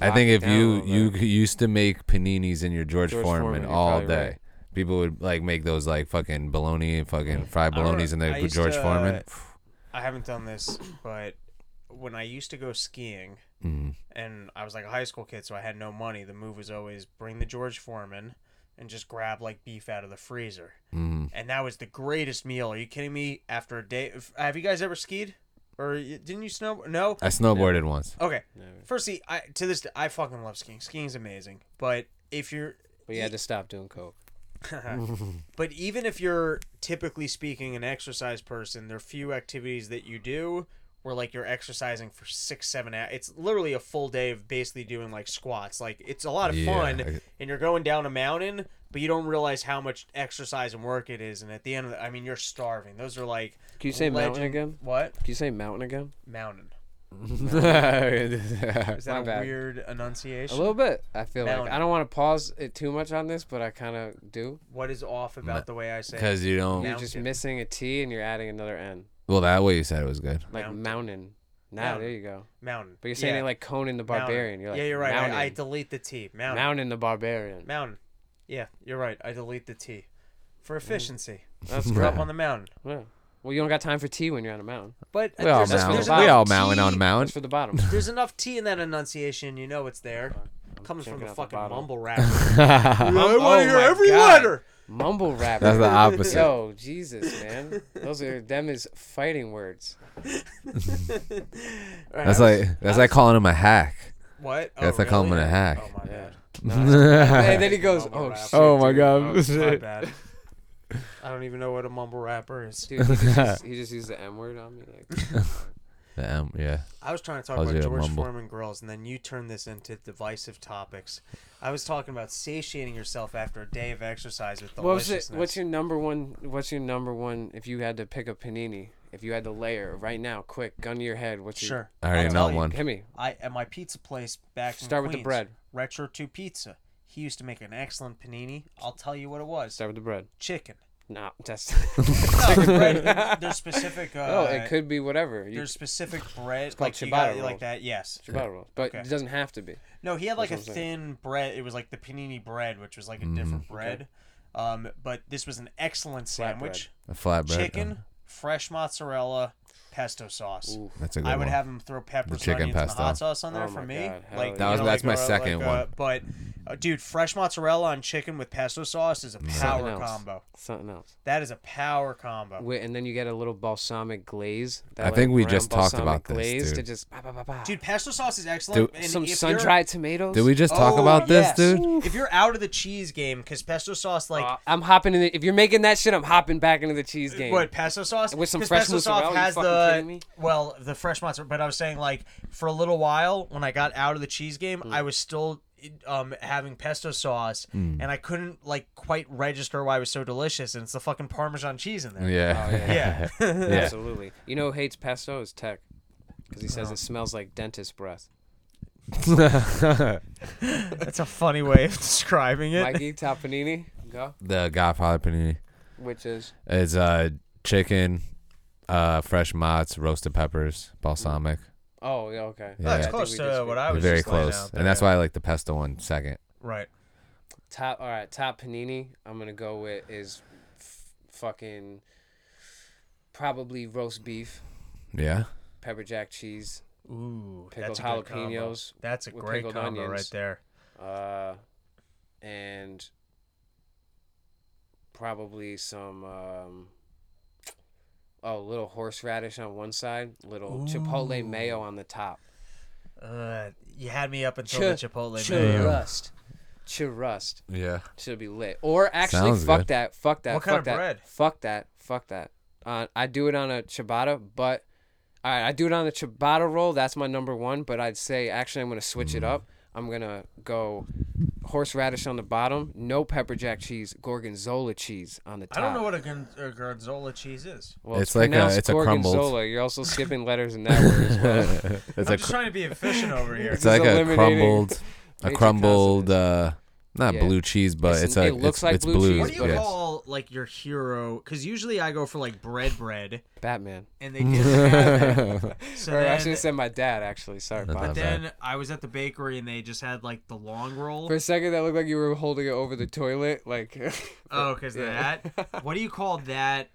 I lock think it if down a you little you bit. c- used to make paninis in your George, George Foreman, Foreman, you're all probably day, right. people would like make those like fucking bologna and Mm. fucking fried I remember- bolognas in I there with used George to, Foreman. uh, I haven't done this, but when I used to go skiing, Mhm. and I was like a high school kid, so I had no money. The move was always bring the George Foreman and just grab like beef out of the freezer, Mhm. and that was the greatest meal. Are you kidding me? After a day, if- have you guys ever skied? Or y- didn't you snow? No. I snowboarded once. Okay. Firstly, I to this day, I fucking love skiing. Skiing's amazing. But if you're But you had to stop doing coke. but even if you're typically speaking an exercise person, there are few activities that you do where like you're exercising for six, seven hours. It's literally a full day of basically doing like squats. Like it's a lot of Yeah, fun, I- and you're going down a mountain, but you don't realize how much exercise and work it is. And at the end of the, I mean, you're starving. Those are like. Can you say mountain again? What Can you say mountain again? mountain? yeah, Is that My a bad. weird enunciation? A little bit. I feel like Mountain. I don't want to pause it too much on this, but I kind of do. What is off about the way I say? it? because you don't. You're just Mountain. missing a T and you're adding another N, Well, that way you said it was good. like Mountain. mountain. Now there you go. mountain. But you're saying Yeah. it like Conan the Mountain. Barbarian. You're like yeah, you're right. I- I, Mountain. delete the T. Mountain. mountain the Barbarian. Mountain. Yeah, you're right. I delete the T. For efficiency. Mm. That's We're cool. up on the mountain. Yeah. Well, you don't got time for tea when you're on a mountain. But uh, We all there's, mountain. there's mounted. about enough We all T- mounted on a That's mountain. for the bottom. There's enough T in that enunciation. You know it's there. Comes from checking the out the fucking bottom. mumble rap. I Oh want to hear my every God. letter. Mumble rap. That's the opposite. Yo, Jesus, man. Those are them is fighting words. All right, That's I was- like that's like calling him a hack. what? Oh, that's like calling really? him a hack. Oh my Yeah. bad. and oh then he goes, Mumble "Oh rap. shit." Oh my dude. god. My bad. I don't even know what a mumble rapper is. Dude, he just, he just used the M word on me. Like, Damn, yeah. I was trying to talk How's about your George mumble? Foreman grills, and then you turned this into divisive topics. I was talking about satiating yourself after a day of exercise with what was deliciousness. it? What's your number one? What's your number one? If you had to pick a panini, if you had to layer right now, quick, gun to your head. What's your Sure. I already I'll know tell you. one. Hit me. I at my pizza place back. in Start with the Queens, bread. Retro Two Pizza. He used to make an excellent panini. I'll tell you what it was: Start with the bread. chicken. No, that's. No, the bread. There's specific. Uh, oh, it could be whatever. You, There's specific bread called like you ciabatta got it rolls. like that. Yes. ciabatta rolls, but Okay. it doesn't have to be. No, he had like a That's what I'm saying. thin bread. It was like the panini bread, which was like a different bread. Um, but this was an excellent Flat bread. sandwich: A flatbread. chicken, fresh mozzarella, pesto sauce. Oh, That's a good I would one. have them throw peppers, and chicken onions, and pesto. hot sauce on there Oh for my me. God, hell like yeah. you That was- know, that's like my a- second like a- one. but uh, dude, fresh mozzarella on chicken with pesto sauce is a power else. combo. Something else. That is a power combo. Wi- and then you get a little balsamic glaze. That, I think we brown just talked balsamic about this, glaze To dude. just bah, bah, bah, bah. dude, pesto sauce is excellent. Dude, and some if sun you're- dried tomatoes. Did we just talk Oh, about this, yes. dude? If you're out of the cheese game, because pesto sauce, like Uh, I'm hopping in. The, if you're making that shit, I'm hopping back into the cheese game. Uh, What pesto sauce? With some 'Cause fresh pesto sauce mozzarella, you has fucking the kidding me? well, the fresh mozzarella. But I was saying like for a little while when I got out of the cheese game, Mm. I was still um having pesto sauce, Mm. and I couldn't like quite register why it was so delicious. And it's the fucking Parmesan cheese in there. Oh, Yeah. Yeah. Absolutely. You know who hates pesto is Tech, because he says it smells like dentist breath. Oh, that's a funny way of describing it. Mikey Tapanini, go. the Godfather panini Which is is uh chicken, uh fresh mozz, roasted peppers, balsamic. oh yeah okay. Yeah. That's I think close we to disagree. what I was Very just laying close, out and that's there. why I like the pesto one second. Right. Top all right, top panini. I'm gonna go with is f- fucking probably roast beef, Yeah, pepper jack cheese, Ooh, Pickled that's a good combo. jalapenos That's a with great pickled combo onions. right there. uh, and probably some um, oh little horseradish on one side, little chipotle mayo on the top. Uh, you had me up until Ch- the chipotle mayo. Churrust. Churrust. yeah. Should be lit. Or actually, Sounds fuck good. that. Fuck that. What fuck kind of that. bread? Fuck that. Fuck that. Uh, I do it on a ciabatta, but Mm. all right, I do it on a ciabatta roll. That's my number one. But I'd say actually, I'm gonna switch it up. I'm gonna go horseradish on the bottom, no pepper jack cheese, gorgonzola cheese on the top. I don't know what a, gon- a gorgonzola cheese is. Well, It's like a- pronounced it's a crumbled. gorgonzola. You're also skipping letters in that word as well. it's I'm a just cr- trying to be efficient over here. it's like a eliminating crumbled, a major crumbled, uh, not Yeah. blue cheese, but It's- it's, a it looks it's, like it's blue blue. cheese, What do you Yes. call like your hero? Because usually I go for like bread, bread, Batman. and they didn't have it. So Or I should then, have said my dad actually. Sorry, That's Bob. not bad. then I was at the bakery and they just had like the long roll. For a second, that looked like you were holding it over the toilet, like. Oh, because Yeah. that. What do you call that?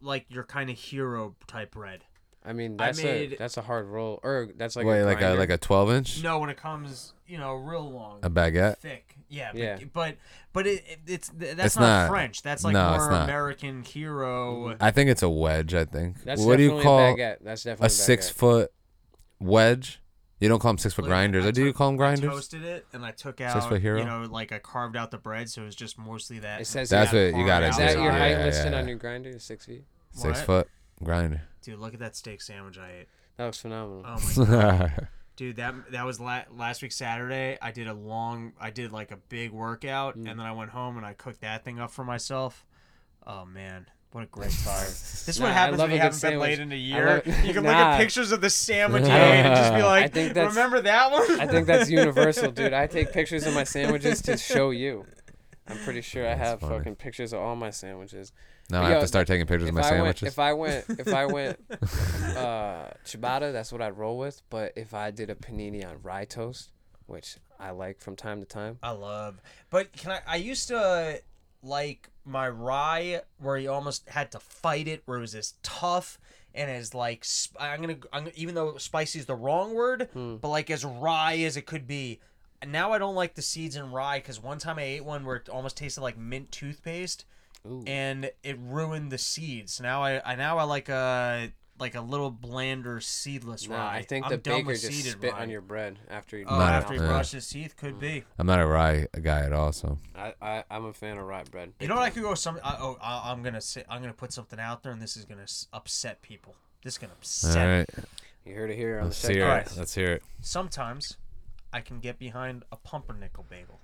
Like your kind of hero type bread? I mean, that's a made- that's a hard roll, or that's like Wait, a like a grinder. like a twelve inch, No, when it comes, you know, real long, a baguette. thick. Yeah, but Yeah. but, but it, it- it's th- that's It's not, not- French. That's like no, it's more not. Mm-hmm. American hero. I think it's a wedge. I think. That's what do you definitely call a baguette. That's definitely a six baguette. foot wedge? You don't call them six foot Like, grinders. I Or do you took- call them I grinders? toasted it and I took Says out, for hero? you know, like I carved out the bread, so it was just mostly that. It says That's that- what you gotta Is do. that your yeah, height yeah, listed yeah. on your grinder? Six feet. Six What? foot grinder. Dude, look at that steak sandwich I ate. That was phenomenal. Oh my That's Dude, that that was la- last week Saturday. I did a long, I did like a big workout, Mm. and then I went home and I cooked that thing up for myself. Oh man, what a great time! This is Nah, what I happens when love a you good haven't been sandwich. laid in a I year. love- You can look Nah. at pictures of the sandwich you ate and just be I like, think that's- "Remember that one?" I think that's universal, dude. I take pictures of my sandwiches to show you. I'm pretty sure I have funny. fucking pictures of all my sandwiches. Now But I have yo, to start taking pictures of If my I, went, sandwiches. if I went, if I went, uh, ciabatta, that's what I'd roll with. But if I did a panini on rye toast, which I like from time to time, I love. But can I? I used to like my rye where you almost had to fight it, where it was as tough and as like sp- I'm gonna, I'm gonna even though spicy is the wrong word, Hmm. but like as rye as it could be. And Now I don't like the seeds in rye because one time I ate one where it almost tasted like mint toothpaste, and it ruined the seeds. Now I, I now I like a like a little blander seedless nah, rye. I think I'm the done baker with just seeded spit rye. on your bread after you. Oh, Not a- after he yeah. brushed his teeth, could be. I'm not a rye guy at all, so I, I, I'm a fan of rye bread. You know what? I could go with some. I, oh, I, I'm gonna say I'm gonna put something out there, and this is gonna s- upset people. This is gonna all upset. right. You heard it here on Let's the hear show. it. Alright. Let's hear it. Sometimes I can get behind a pumpernickel bagel,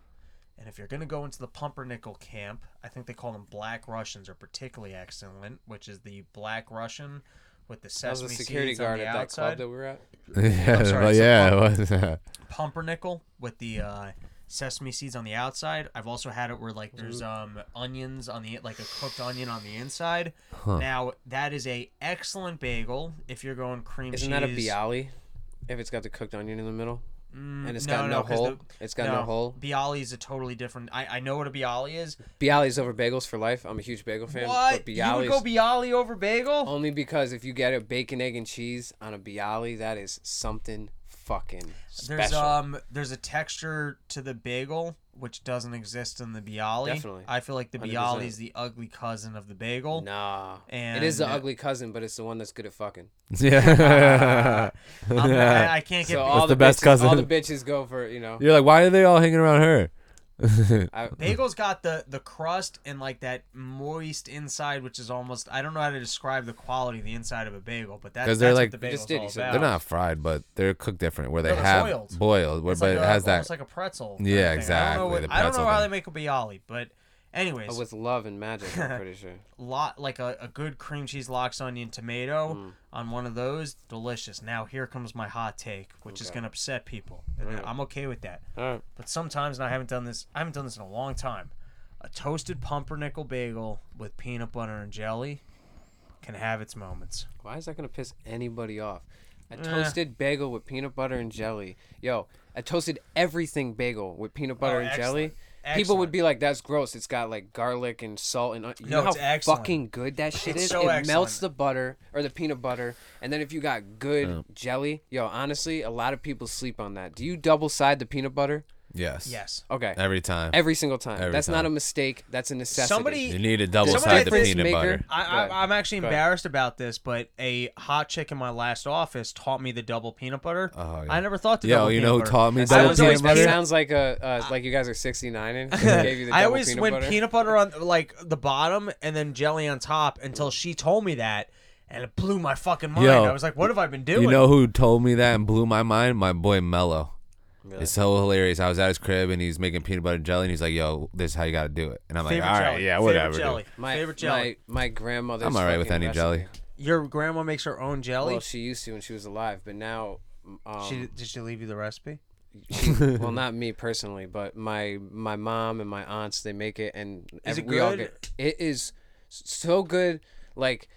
and if you're gonna go into the pumpernickel camp, I think they call them black Russians are particularly excellent, which is the black Russian with the That was a sesame security seeds on guard the at that club outside. that we were at. Yeah, Oh, sorry, well, it's a yeah, it was, uh, pumpernickel with the uh, sesame seeds on the outside. I've also had it where like there's um onions on the like a cooked onion on the inside. Now that is a excellent bagel if you're going cream Isn't cheese. Mm, that a bialy? If it's got the cooked onion in the middle, and it's got no, 'cause hole. the- it's got no, hole. Bialy is a totally different. I, I know what a bialy is. Bialy's over bagels for life. I'm a huge bagel fan. what But you Bialy's Oh, would go bialy over bagel? only because if you get a bacon, egg, and cheese on a Bialy, that is something fucking special. There's um there's a texture to the bagel which doesn't exist in the bialy. Definitely. I feel like the 100%. bialy is the ugly cousin of the bagel. nah. it is the and- ugly cousin, but it's the one that's good at fucking. yeah. I'm- I, I can't get So be- all the the, best bitches, All the cousin. bitches go for you know. You're like, why are they all hanging around her? I, Bagel's got the the crust and like that moist inside, which is almost I don't know how to describe the quality of the inside of a bagel, but that, 'Cause that's they're what like- the You bagel's just did, all you said about. They're not fried, but they're cooked different. Where they No, they're have boiled. boiled, where, It's but like it a- has that. almost like a pretzel. Yeah, kind of thing. I exactly, don't know, what- the I don't know pretzel how thing. they make a bialy, but anyways, Oh, with love and magic, I'm pretty sure. lot like a, a good cream cheese lox onion tomato Mm. on one of those, delicious. Now here comes my hot take, which is gonna upset people, and I'm okay with that. All right. but sometimes and I haven't done this I haven't done this in a long time. A toasted pumpernickel bagel with peanut butter and jelly can have its moments. Why is that gonna piss anybody off? A Eh. toasted bagel with peanut butter and jelly. Yo, a toasted everything bagel with peanut butter and jelly. Oh, excellent. People would Excellent. be like, "That's gross. It's got like garlic and salt and uh, you No, know it's how excellent. fucking good that shit It's is. so it melts excellent. the butter or the peanut butter, and then if you got good jelly, yo, honestly, a lot of people sleep on that. Do you double side the peanut butter? yes. Yes. Okay, Every time. Every single time. Every That's not time. a mistake. That's a necessity. you Somebody need a double Somebody side of did- peanut maker- butter. I, Go I, I'm actually ahead. embarrassed about this, but a hot chick in my last office taught me the double peanut butter. Oh, yeah. I never thought to Yo, double you peanut know who butter. taught me That double sounds, always peanut like, butter? sounds like a uh, like you guys are 69 and gave you the I double always peanut went butter. peanut butter on like the bottom and then jelly on top until she told me that, and it blew my fucking mind. Yo, I was like, "What have I been doing?" You know who told me that and blew my mind? My boy Mello. It's so hilarious. I was at his crib and he's making peanut butter jelly and he's like, "Yo, this is how you got to do it." And I'm favorite like, "All right, jelly. yeah, favorite whatever." dude. Jelly. My favorite jelly. My, my grandmother's. I'm all right with fucking any jelly." recipe. Your grandma makes her own jelly. Well, she used to when she was alive, but now. Um, she did she leave you the recipe? she- well, not me personally, but my my mom and my aunts they make it, and Is ev- it we all good? get it is so good. Like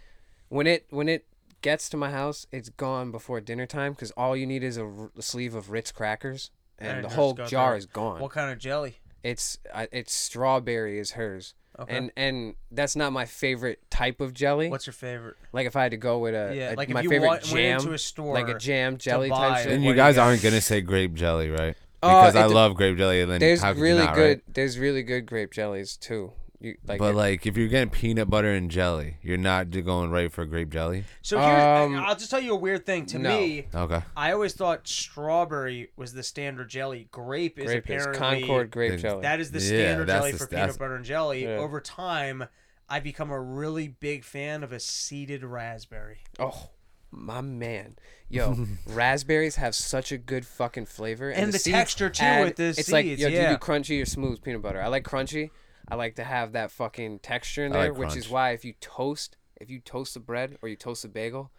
when it when it gets to my house, it's gone before dinner time because all you need is a r- sleeve of Ritz crackers, and, And the just whole go jar through. is gone. What kind of jelly? It's I it's strawberry is hers. Okay. And and that's not my favorite type of jelly. What's your favorite? like if I had to go with a, Yeah, a- like if my you favorite want- went jam, into a store like a jam jelly buy type it. shit. And What you do you guys got? aren't gonna say grape jelly, right? Uh, Because I it de- love grape jelly. And then There's how could really you not, good right? there's really good grape jellies too. You like But it- like, if you're getting peanut butter and jelly, you're not j- going right for grape jelly. So here's, I- Um, I'll just tell you a weird thing. To no. me, Okay. I always thought strawberry was the standard jelly. Grape is grape is apparently Concord grape jelly. That is the Yeah, standard that's jelly the for st- that's- peanut butter and jelly. Yeah. Over time, I become a really big fan of a seeded raspberry. oh my man. Yo, raspberries have such a good fucking flavor and, And the seeds texture, too, add- with the It's like yo, seeds, do you yeah. do crunchy or smooth peanut butter? I like crunchy. I like to have that fucking texture in I there, like which is crunch. why if you toast, if you toast the bread or you toast the bagel,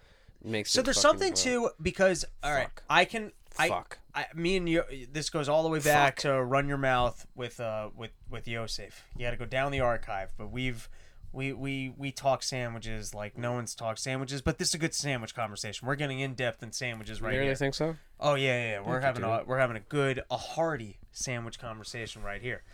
it makes So it there's fucking something to good. because all right, Fuck. I can I, Fuck. I me and you this goes all the way back to run your mouth with uh with with Yosef. You got to go down the archive, but we've we we we talk sandwiches like no one's talked sandwiches, but this is a good sandwich conversation. We're getting in depth in sandwiches right You really here. think so? Oh yeah, yeah, yeah. We're having a we're having a good, a hearty sandwich conversation right here.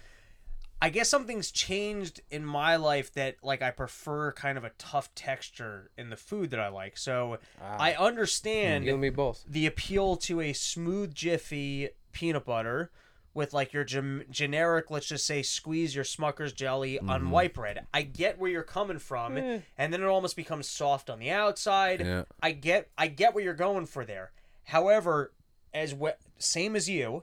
I guess something's changed in my life that like I prefer kind of a tough texture in the food that I like. So I understand You and me both. the appeal to a smooth jiffy peanut butter with like your gem- generic let's just say squeeze your smucker's jelly on white bread i get where you're coming from and then it almost becomes soft on the outside Yeah. i get i get what you're going for there however as we- same as you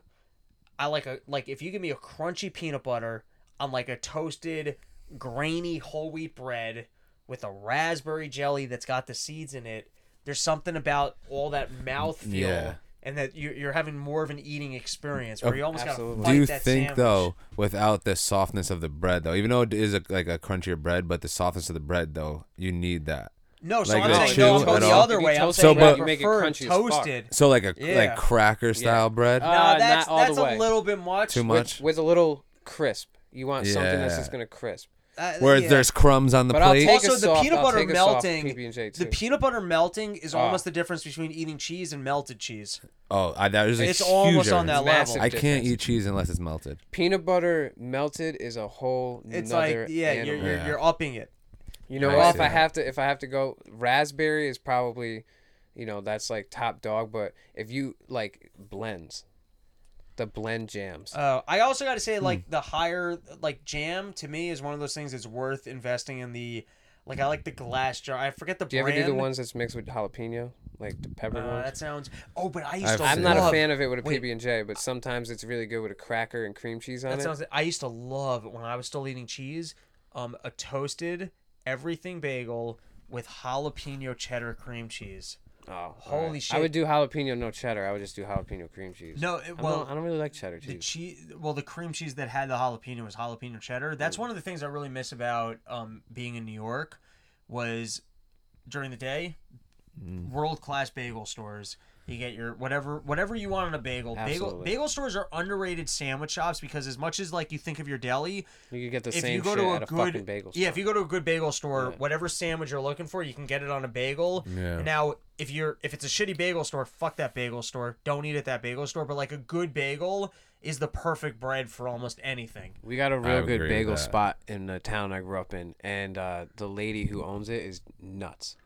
i like a like if you give me a crunchy peanut butter on like a toasted grainy whole wheat bread with a raspberry jelly that's got the seeds in it there's something about all that mouth feel Yeah. and that you- you're having more of an eating experience where you almost got to absolutely. fight Do you that think sandwich. though, without the softness of the bread though, even though it is a, like a crunchier bread, but the softness of the bread though, you need that. No, so like I'm the saying no, I'm chew going at the all? other If you way. I'm toast saying it, I you make it prefer crunchy as fuck. toasted. So like a Yeah. like cracker style bread, No. Uh, no, that's not all the that's a way. little bit much. too With- much. With, a little crisp. You want something that's Yeah. just gonna crisp. Uh, Where yeah. there's crumbs on the But I'll plate. take- also a the soft- peanut I'll butter take a soft melting. PB&J The too. peanut butter melting is Ah. almost the difference between eating cheese and melted cheese. oh, I, that is a It's huge almost on that difference. level. Massive I can't difference. eat cheese unless it's melted. Peanut butter melted is a whole It's nother like yeah, you're, animal. you're, Yeah. you're upping it. You know I what? see If I that. have to, if I have to go, raspberry is probably, you know, that's like top dog. But if you like blends, the blend jams. Uh, I also got to say, like the higher, like jam to me is one of those things that's worth investing in the. Like I like the glass jar. I forget the do you ever brand. do the ones that's mixed with jalapeno, like the pepper Uh, ones? that sounds. Oh, but I used I've to. seen I'm not love- a fan of it with a Wait. PB and J, but sometimes it's really good with a cracker and cream cheese on That it. sounds. I used to love when I was still eating cheese, um, a toasted everything bagel with jalapeno cheddar cream cheese. oh, all Holy I shit. would do jalapeno no cheddar. I would just do jalapeno cream cheese. No, it, I well, don't, I don't really like cheddar the cheese. cheese. Well, the cream cheese that had the jalapeno was jalapeno cheddar. That's one of the things I really miss about um, being in New York, was during the day, world class bagel stores. You get your whatever whatever you want on a bagel. Bagel Absolutely. bagel stores are underrated sandwich shops because as much as like you think of your deli, You could get the if same you go shit to a at a fucking good bagel yeah, if you go to a good bagel store, whatever sandwich you're looking for, you can get it on a bagel. Yeah. Now, if you're if it's a shitty bagel store, fuck that bagel store. Don't eat at that bagel store. But like a good bagel is the perfect bread for almost anything. We got a real would good agree with bagel that. spot in the town I grew up in, and uh, the lady who owns it is nuts,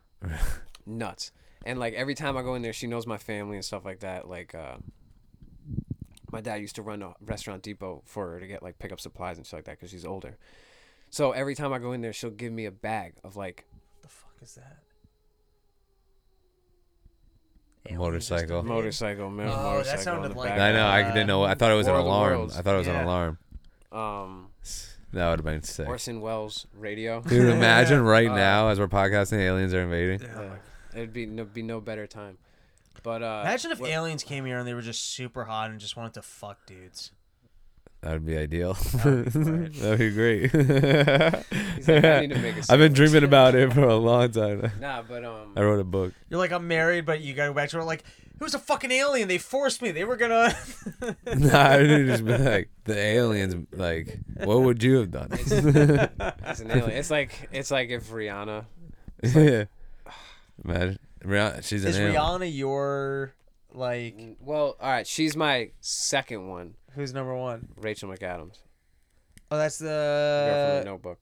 nuts. And like every time I go in there, she knows my family and stuff like that. Like uh, my dad used to run a restaurant depot for her to get like pick up supplies and shit like that because she's older. So every time I go in there, she'll give me a bag of like The fuck is that? Motorcycle. motorcycle, man, Oh, that motorcycle. sounded in the like- back. I know. I Uh, didn't know. I thought it was an War of the alarm. Worlds. I thought it was an Yeah. alarm. um, That would have been sick. Orson Welles radio. Dude, Uh, imagine right now as we're podcasting, aliens are invading. Yeah. It'd be no, be no better time. But uh, Imagine if what- aliens came here and they were just super hot and just wanted to fuck dudes. That would be ideal. That'd be great. like, "I need to make a I've been dreaming about it for a long time. nah, but um, I wrote a book. You're like, I'm married, but you go back to her like, it was a fucking alien. They forced me. They were gonna. nah, I would just be like the aliens. Like, what would you have done? it's an alien. It's like it's like if Rihanna. yeah. Imagine Rihanna, she's an Is alien. Rihanna your like Well, all right, she's my second one, who's number one? Rachel McAdams, Oh, that's girl from the. the Notebook.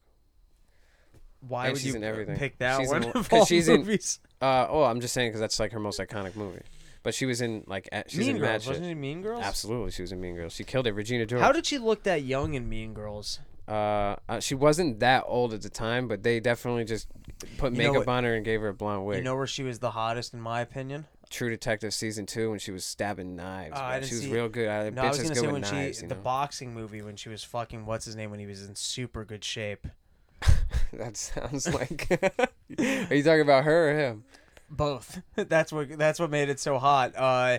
Why And would she's you in everything. pick that She's in one? all- of 'cause all she's in- movies? Uh oh, I'm just saying because that's like her most iconic movie. But she was in like a- she's Mean in Girls. Mad Wasn't Shit. she Mean Girls? Absolutely, she was in Mean Girls. She killed it. Regina George. How did she look that young in Mean Girls? uh, uh, she wasn't that old at the time, but they definitely just put You know makeup what- on her and gave her a blonde wig. You know where she was the hottest, in my opinion. True Detective season two when she was stabbing knives. Oh, I bro. didn't she was see- real good. I, No, bitch I was is gonna good say with when knives, she you the know? boxing movie when she was fucking what's his name when he was in super good shape. that sounds like. Are you talking about her or him? Both. that's what that's what made it so hot. Uh,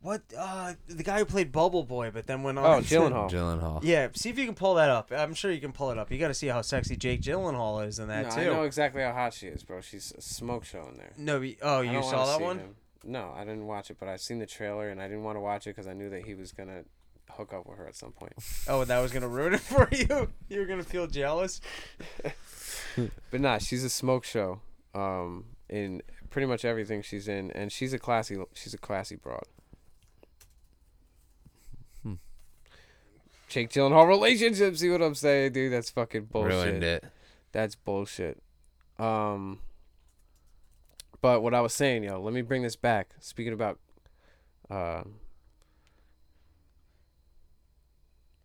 what uh the guy who played Bubble Boy, but then went on. Oh, to- Gyllenhaal. Gyllenhaal. Yeah, see if you can pull that up. I'm sure you can pull it up. You got to see how sexy Jake Gyllenhaal is in No, that I too. know exactly how hot she is, bro. She's a smoke show in there. No, you- oh, I you don't saw wanna that see one? him. No, I didn't watch it, but I've seen the trailer and I didn't want to watch it because I knew that he was gonna hook up with her at some point. Oh, that was gonna ruin it for you. You were gonna feel jealous. But nah, she's a smoke show. Um, in pretty much everything she's in, and she's a classy. She's a classy broad. Hmm. Jake Gyllenhaal relationship. See what I'm saying, dude? That's fucking bullshit. Ruined it. That's bullshit. Um, but what I was saying, yo, let me bring this back. Speaking about, uh,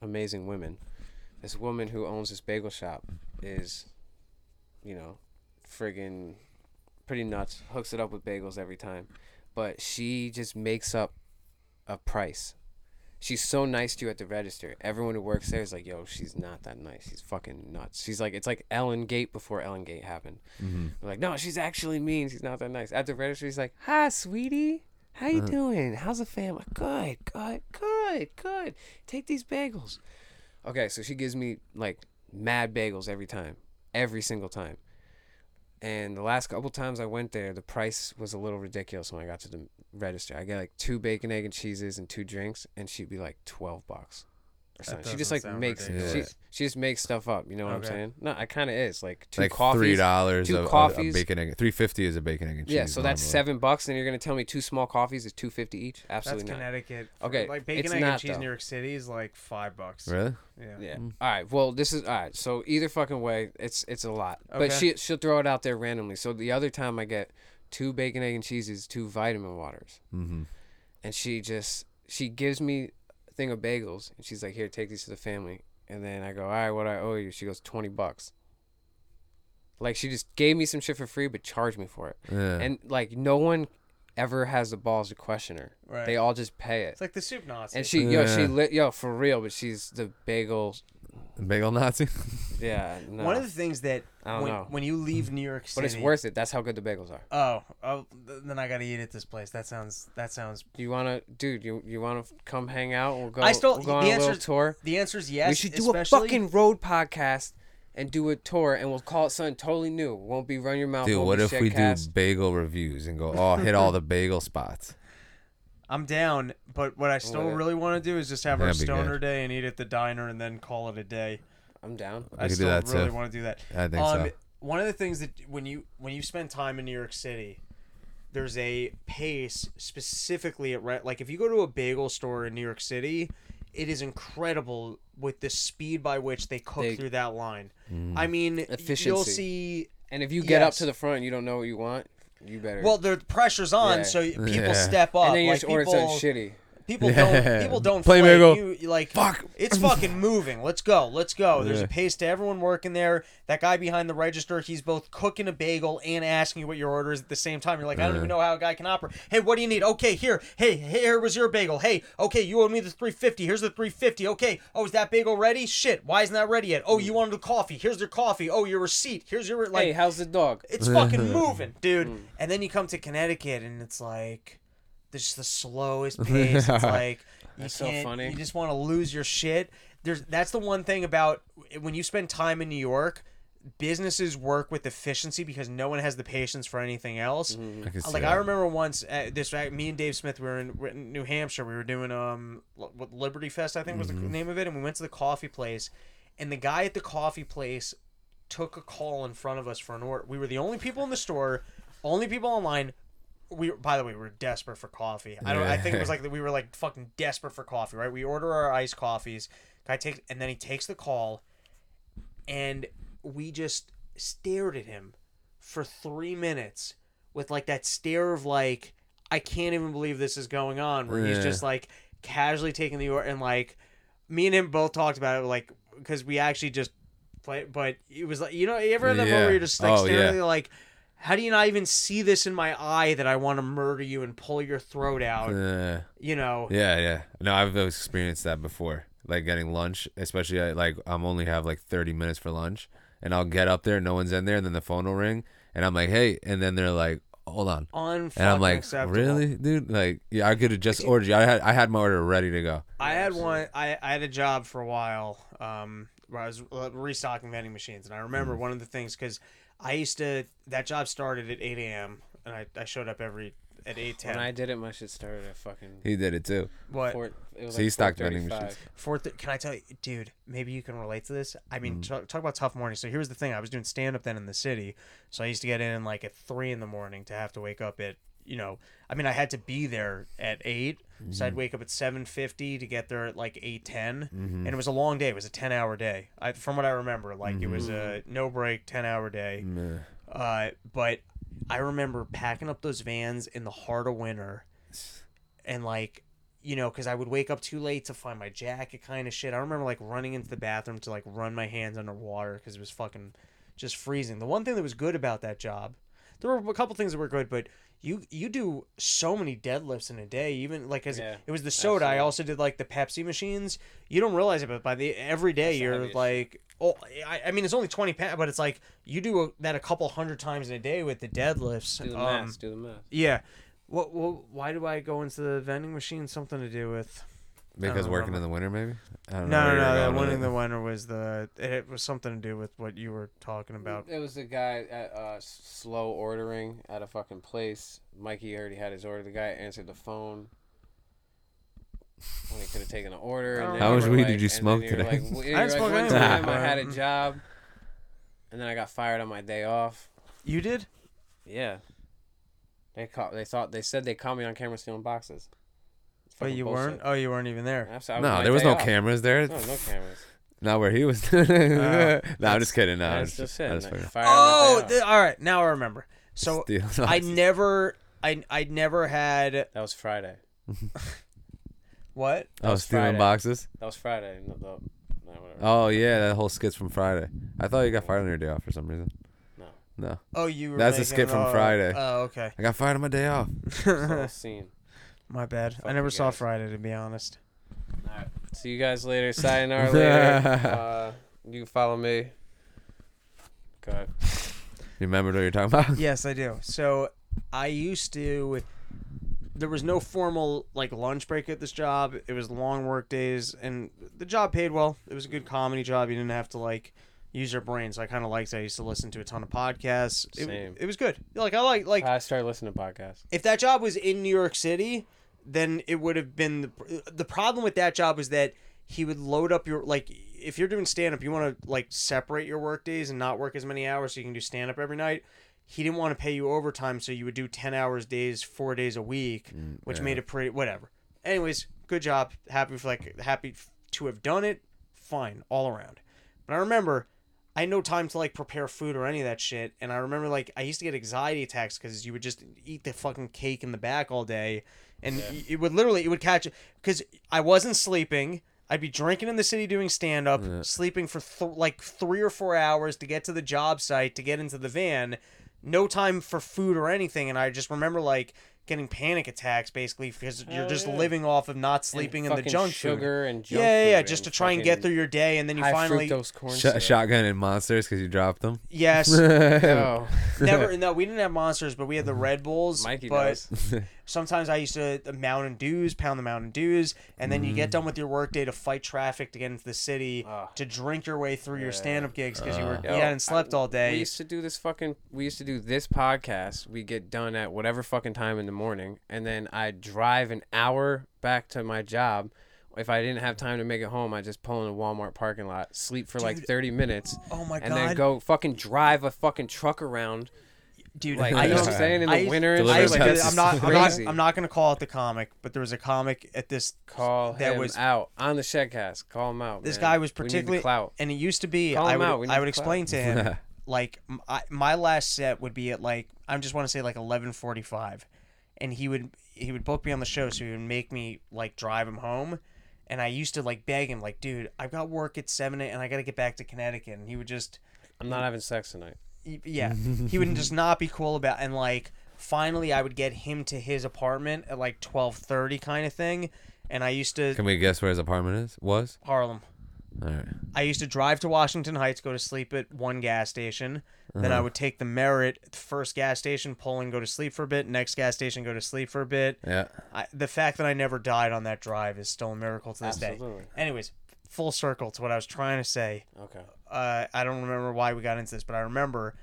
amazing women, this woman who owns this bagel shop is, you know, friggin' pretty nuts. Hooks it up with bagels every time, but she just makes up a price. She's so nice to you at the register. Everyone who works there is like, "Yo, she's not that nice. She's fucking nuts." She's like, it's like Ellen Gate before Ellen Gate happened. They're Like, no, she's actually mean. She's not that nice. At the register, she's like, "Hi, sweetie. How you doing? How's the family? Good, good, good, good. Take these bagels." Okay, so she gives me like mad bagels every time, every single time. And the last couple times I went there, the price was a little ridiculous when I got to the register. I get like two bacon, egg, and cheeses and two drinks, and she'd be like twelve bucks or something. She just doesn't like sound makes she, ridiculous. she just makes stuff up. You know what Okay. I'm saying? No, I kind of is like two Like coffees, three dollars two of a, coffees. bacon egg. Three fifty is a bacon egg and cheese. Yeah, so that's normally. seven bucks, and you're gonna tell me two small coffees is two fifty each? That's Absolutely not. Connecticut. Okay, like bacon, it's egg, and not, cheese in though. New York City is like five bucks. Really? Yeah. Yeah. Mm. All right. Well, this is all right. So either fucking way, it's it's a lot. But Okay. she she'll throw it out there randomly. So the other time I get two bacon egg and cheeses, two vitamin waters, mm-hmm. and she just she gives me a thing of bagels, and she's like, "Here, take these to the family." And then I go, "All right, what do I owe you?" She goes, 20 bucks." Like she just gave me some shit for free, but charged me for it. Yeah. And like no one ever has the balls to question her. Right. They all just pay it. It's like the soup Nazi. and she, yo, she Yeah. lit, yo, for real. But she's the bagel Bagel Nazi. yeah, no. One of the things that I don't when, know. when you leave New York but City, it's worth it. That's how good the bagels are. Oh, oh, th- then I gotta eat at this place. That sounds. That sounds. You wanna, dude? You you wanna f- come hang out? We'll go. I still. we'll go on the a answer. little tour. The answer is yes. we should do a especially- fucking road podcast and do a tour, and we'll call it something totally new. Won't be run your mouth. Dude, won't what be if we Shedcast. do bagel reviews and go, oh, hit all the bagel spots? I'm down, but Oh what I still Whatever. really want to do is just have our That'd be good. stoner day and eat at the diner and then call it a day. I'm down. We I could do still that, too. really want to do that. Um, I think so. One of the things that when you when you spend time in New York City, there's a pace specifically at re- like if you go to a bagel store in New York City, it is incredible with the speed by which they cook They- through that line. Mm. I mean, you'll Efficiency. see. And if you get up Yes. to the front, and you don't know what you want. You better. Well, the pressure's on, Yeah. so people Yeah. step up. and then you like, just order people, something shitty. People don't. Yeah. People don't Play flay Mabel. You, you like Fuck. It's fucking moving. Let's go. Let's go. There's Yeah. a pace to everyone working there. That guy behind the register, he's both cooking a bagel and asking you what your order is at the same time. You're like, I don't even know how a guy can operate. Hey, what do you need? Okay, here. Hey, here was your bagel. Hey, okay, you owe me the 350. Here's the 350. Okay. Oh, is that bagel ready? Shit. Why isn't that ready yet? Oh, Mm. you wanted a coffee. Here's the coffee. Oh, your receipt. Here's your like. hey, how's the dog? Mm. It's fucking moving, dude. And then you come to Connecticut and it's like There's just the slowest pace. It's like you That's so can't, funny. You just want to lose your shit. There's that's the one thing about when you spend time in New York. Businesses work with efficiency because no one has the patience for anything else. I can see Like that. I remember once uh, this uh, me and Dave Smith we were in, we're in New Hampshire. We were doing um Li- what Liberty Fest I think was Mm-hmm. the name of it, and we went to the coffee place, and the guy at the coffee place took a call in front of us for an order. We were the only people in the store, only people online. We by the way we were desperate for coffee. I don't. I think it was like we were like fucking desperate for coffee, right? We order our iced coffees. Guy takes and then he takes the call, and we just stared at him for three minutes with like that stare of like I can't even believe this is going on. Where he's Yeah. just like casually taking the order and like me and him both talked about it like because we actually just play, but it was like you know you ever have that moment where Yeah. you're just like Oh, staring yeah. at you, like. How do you not even see this in my eye that I want to murder you and pull your throat out? Uh, You know, Yeah, yeah. No, I've experienced that before. Like getting lunch, especially I, like I'm only have like 30 minutes for lunch, and I'll get up there, no one's in there, and then the phone will ring, and I'm like, hey, and then they're like, hold on, Oh, on. and I'm like, really, dude? Like, yeah, I could have just ordered. you. I had I had my order ready to go. I had one. I, I had a job for a while um, where I was uh, restocking vending machines, and I Mm. remember one of the things because I used to that job started at eight a.m. and I, I showed up every at eight When I ten. did it, my shit started at fucking. He did it too. What Four, it was So you like stocked vending 4:35. machines. Four th- can I tell you, dude? Maybe you can relate to this. I mean, talk, talk about tough mornings. So here's the thing: I was doing stand up then in the city, so I used to get in like at three in the morning to have to wake up at you know. I mean, I had to be there at 8 so I'd wake up at seven fifty to get there at like eight and it was a long day. It was a ten hour day, I, from what I remember. Like it was a no break ten hour day. Uh, but I remember packing up those vans in the heart of winter and like you know because i would wake up too late to find my jacket kind of shit i remember like running into the bathroom to like run my hands underwater because it was fucking just freezing the one thing that was good about that job there were a couple things that were good but you you do so many deadlifts in a day even like as Yeah, it was the soda i also did like the pepsi machines you don't realize it but by the every day you're obvious. like oh I, I mean it's only 20 pounds but it's like you do a, that a couple hundred times in a day with the deadlifts Do the Um, math. Do the math. yeah. What, what? Why do I go into the vending machine? Something to do with? Because don't working remember. in the winter, maybe. I don't No, no, where you're no. going The with winning it. the winner was the. It was something to do with what you were talking about. It was the guy at uh, s- slow ordering at a fucking place. Mikey already had his order. The guy answered the phone when he could have taken an order. And then How you much were weed like- did you and then smoke were today? Like, w- I I didn't smoke like, one anything. time I had a job, and then I got fired on my day off. You did? Yeah. They caught. They thought. They said they caught me on camera stealing boxes. It's But fucking you bullshit. weren't. Oh, you weren't even there. I'm sorry, I No, my there was day no off. cameras there. No, no cameras. Not where he was. no, I'm just kidding. No, I was That's just just, it. I was Like, fucking- fired on my Oh, day off. th- all right. Now I remember. So Steal I boxes. never. I I never had that was Friday. what? I was was stealing Friday. boxes. That was Friday. No, no, no, whatever. Oh yeah, that whole skit's from Friday. I thought you got fired on your day off for some reason. No. No. Oh, you. Were That's a making- skit from oh, Friday. Oh, okay. I got fired on my day off. It's all seen. My bad. I Fucking never saw guys. Friday to be honest. Alright. See you guys later. Sayonara later. Uh, you can follow me. Go ahead. You remembered what you're talking about? Yes, I do. So I used to. There was no formal like lunch break at this job. It was long work days, and the job paid well. It was a good comedy job. You didn't have to like use your brain, so I kind of liked. It. I used to listen to a ton of podcasts. It, Same. it was good. Like I like like I started listening to podcasts. if that job was in New York City, then it would have been the, the problem with that job was that he would load up your like if you're doing stand up, you want to like separate your work days and not work as many hours so you can do stand up every night. He didn't want to pay you overtime, so you would do 10 hours days, 4 days a week, which made it pretty whatever. Anyways, good job. Happy for like happy f- to have done it. Fine all around. But I remember I had no time to like prepare food or any of that shit. And I remember like I used to get anxiety attacks because you would just eat the fucking cake in the back all day, and y- it would literally it would catch because I wasn't sleeping. I'd be drinking in the city doing stand up, sleeping for th- like three or four hours to get to the job site to get into the van, no time for food or anything. And I just remember like getting panic attacks basically because you're just living off of not sleeping in the fucking junk food. sugar and junk yeah, yeah, yeah, food just to and try and get fucking through your day, and then you high finally fructose corn Sh- syrup. shotgun and monsters because you dropped them. yes, Yo, never. No, we didn't have monsters, but we had the Red Bulls. Mikey but does. sometimes I used to the Mountain Dews, pound the Mountain Dews, and then you Mm. get done with your workday to fight traffic to get into the city Ah. to drink your way through your stand-up gigs because you were Yo, you hadn't slept I- all day. Ah. We used to do this fucking. We used to do this podcast. We get done at whatever fucking time in the morning, and then I drive an hour back to my job. If I didn't have time to make it home, I just pull in a Walmart parking lot, sleep for like thirty minutes, oh my and then God. go fucking drive a fucking truck around. Dude, Like I you know used what to I'm saying in I the used- winter. and I shit, used to like, do this that. I'm is not, I'm not. crazy. I'm not going to call it the comic, but there was a comic at this. Call that him was- out on the shedcast. Call him out. This man. guy was We need the particularly, clout. and it used to be. Call I him would. out, we need I would the explain to clout. him, like m I my last set would be at like I just want to say like 11:45, and he would he would book me on the show, so he would make me like drive him home. And I used to like beg him, like, dude, I've got work at seven, and I got to get back to Connecticut. And he would just, I'm not having sex tonight. y- yeah, he would just not be cool about. And like, finally, I would get him to his apartment at like twelve thirty, kind of thing. And I used to Can we guess where his apartment is? Was Harlem. all right. I used to drive to Washington Heights, go to sleep at one gas station. Then I would take the Merit, the first gas station, pull and go to sleep for a bit. Next gas station, go to sleep for a bit. Yeah. I, the fact that I never died on that drive is still a miracle to this Absolutely. day. Anyways, full circle to what I was trying to say. Okay. Uh, I don't remember why we got into this, but I remember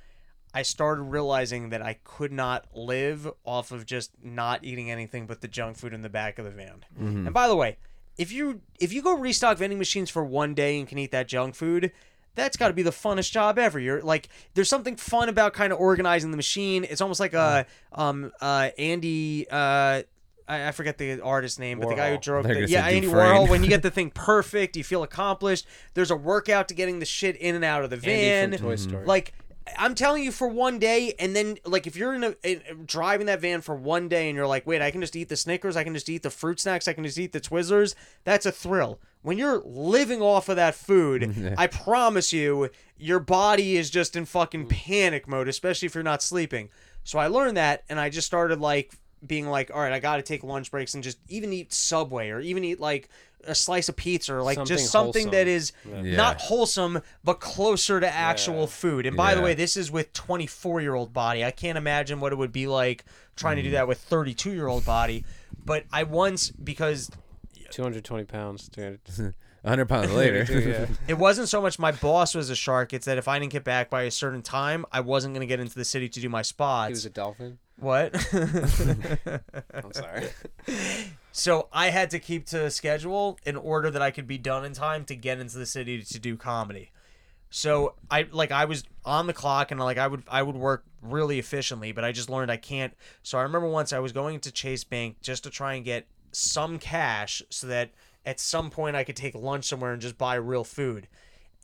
I started realizing that I could not live off of just not eating anything but the junk food in the back of the van. And by the way, if you if you go restock vending machines for one day and can eat that junk food, that's got to be the funnest job ever. You're like, there's something fun about kind of organizing the machine. It's almost like a um uh Andy uh. I I forget the artist name, but the guy who Warhol. drew They're the, gonna yeah say Andy Dufresne. Warhol. When you get the thing perfect, you feel accomplished. There's a workout to getting the shit in and out of the van. Andy from Toy Story. Like I'm telling you for one day, and then like if you're in a in, uh, driving that van for one day, and you're like, wait, I can just eat the Snickers, I can just eat the fruit snacks, I can just eat the Twizzlers. That's a thrill. When you're living off of that food, I promise you, your body is just in fucking panic mode, especially if you're not sleeping. So I learned that, and I just started like being like, all right, I got to take lunch breaks and just even eat Subway or even eat like a slice of pizza or like just Something something that wholesome. is not wholesome but closer to actual food. And by the Yeah. way, this is with 24 year old body. I can't imagine what it would be like trying to do that with 32 year old body. But I once because 220 pounds. 300. 100 pounds later. yeah. it wasn't so much my boss was a shark. It's that if I didn't get back by a certain time, I wasn't going to get into the city to do my He spots. was a dolphin. what? I'm sorry. So I had to keep to a schedule in order that I could be done in time to get into the city to do comedy. So I like I was on the clock and like I would I would work really efficiently, but I just learned I can't. So I remember once I was going to Chase Bank just to try and get some cash so that at some point I could take lunch somewhere and just buy real food.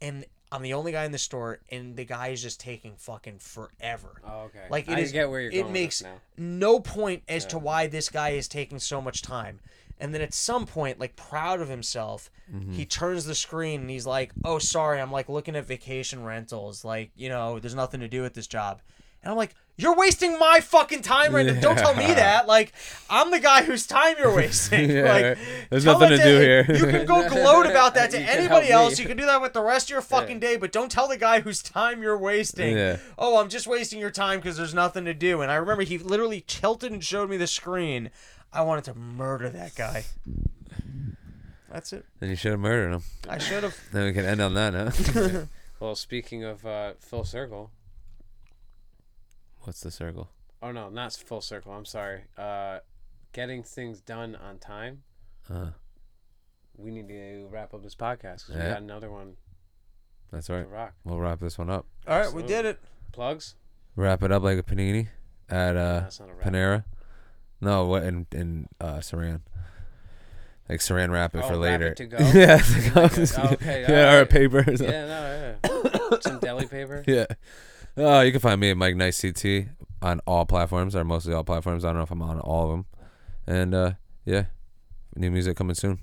And I'm the only guy in the store and the guy is just taking fucking forever. Oh, okay. Like it is I get where you're it going with makes this now. no point as to why this guy is taking so much time. And then at some point, like proud of himself, Mm-hmm. he turns the screen and he's like, "Oh, sorry, I'm like looking at vacation rentals. Like, you know, there's nothing to do with this job." And I'm like, "You're wasting my fucking time right now. Don't tell me that. Like, I'm the guy whose time you're wasting. Yeah, like, right. There's tell nothing that to do here. You can go gloat about that to You can help anybody me. else. You can do that with the rest of your fucking day, but don't tell the guy whose time you're wasting. Yeah. Oh, I'm just wasting your time because there's nothing to do. And I remember he literally tilted and showed me the screen. I wanted to murder that guy. That's it. Then you should have murdered him. I should have. Then we can end on that, huh? Well, speaking of uh, full circle. What's the circle? Oh no, not full circle. I'm sorry. Uh, getting things done on time. Uh, We need to wrap up this podcast 'cause we Yeah. got another one that's to right. rock. We'll wrap this one up. All right, we did it. Plugs. Wrap it up like a panini at uh, That's not a wrap. Panera. No, what in in uh, Saran. Like Saran wrap it Oh, for wrap later. it to go? yeah, to go. Oh, okay, yeah, or a alright. paper. Or something. Yeah, no, yeah. Some deli paper. Yeah. Uh, you can find me at Mike Nice CT on all platforms or mostly all platforms. I don't know if I'm on all of them. And uh, yeah, new music coming soon.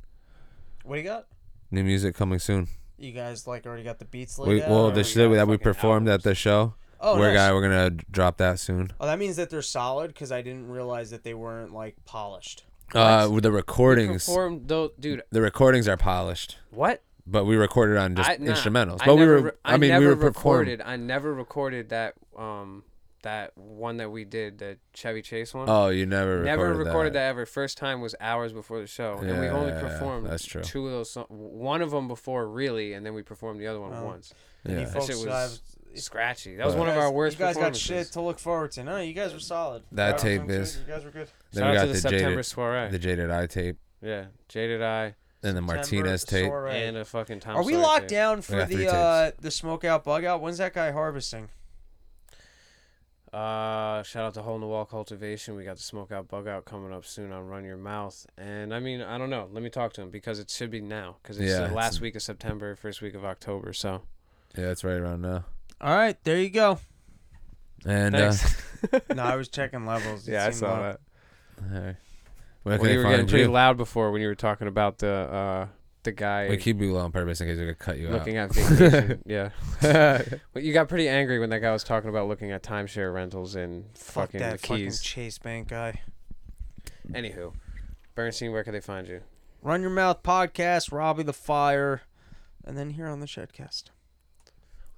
What do you got? New music coming soon. You guys like already got the beats laid We, out? well, or- the we shit got that we fucking performed at the show Oh, we're nice. gonna we're gonna drop that soon. Oh, that means that they're solid because I didn't realize that they weren't like polished. Uh, with the recordings, Performed though, dude. the recordings are polished, What? but we recorded on just I- nah, instrumentals. I But we never were, re- I mean, we never were performing. recorded. I never recorded that um that one that we did the Chevy Chase one. Oh, you never never recorded, that. ever. First time was hours before the show, and we only Yeah, performed that's true. two of those. Song- one of them before really, and then we performed the other one once. And Yeah. you That folks shit was have- Scratchy. That was Oh. you one of guys- our worst. You guys got performances. shit to look forward to. No, you guys were solid. That was tape what I'm saying. is- You guys were good. Then we Shout out got to the, the, September jaded, soiree. the jaded eye tape, yeah, Jaded Eye and the Martinez September, tape. Soiree. and a fucking Tom. Are we Sawyer locked tape. down We for got three the tapes. uh, the smoke out bug out? When's that guy harvesting? Uh, shout out to Hole in the Wall Cultivation. We got the Smoke Out Bug Out coming up soon on Run Your Mouth. And I mean, I don't know. Let me talk to him because it should be now because it's Yeah, the it's- last week of September, first week of October. So Yeah, it's right around now. All right, there you go. And uh, thanks. No, I was checking levels. It yeah, I seemed saw low. that. all right. where can Well, they you were getting find pretty you? loud before when you were talking about the uh the guy We keep you low on purpose in case we could cut you looking at vacation. yeah, but you got pretty angry when that guy was talking about looking at timeshare rentals and Fuck fucking that the fucking keys. Chase Bank guy. Anywho, Bernstein, where can they find you? Run Your Mouth podcast, Robbie the Fire, and then here on the Shedcast.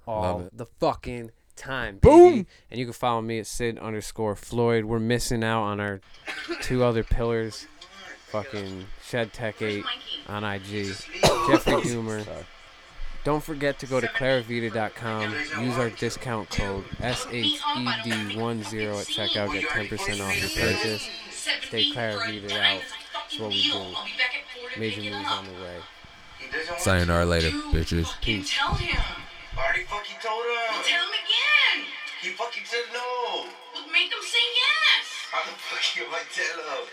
all the fucking time. Boom. Boom! And you can follow me at Sid underscore Floyd. We're missing out on our two other pillars. Fucking Shed Tech 8 on IG. Jeffrey Doomer. Don't forget to go to claravita.com. Use our discount code E SHED10 at checkout. Get 10% off your purchase. Stay Claravita out. That's what we do. Major moves on the way. Sayonara later, bitches. Peace. Tell him. already fucking told her. Tell him again. He fucking said no. Make him say yes. How the fuck am I tell him?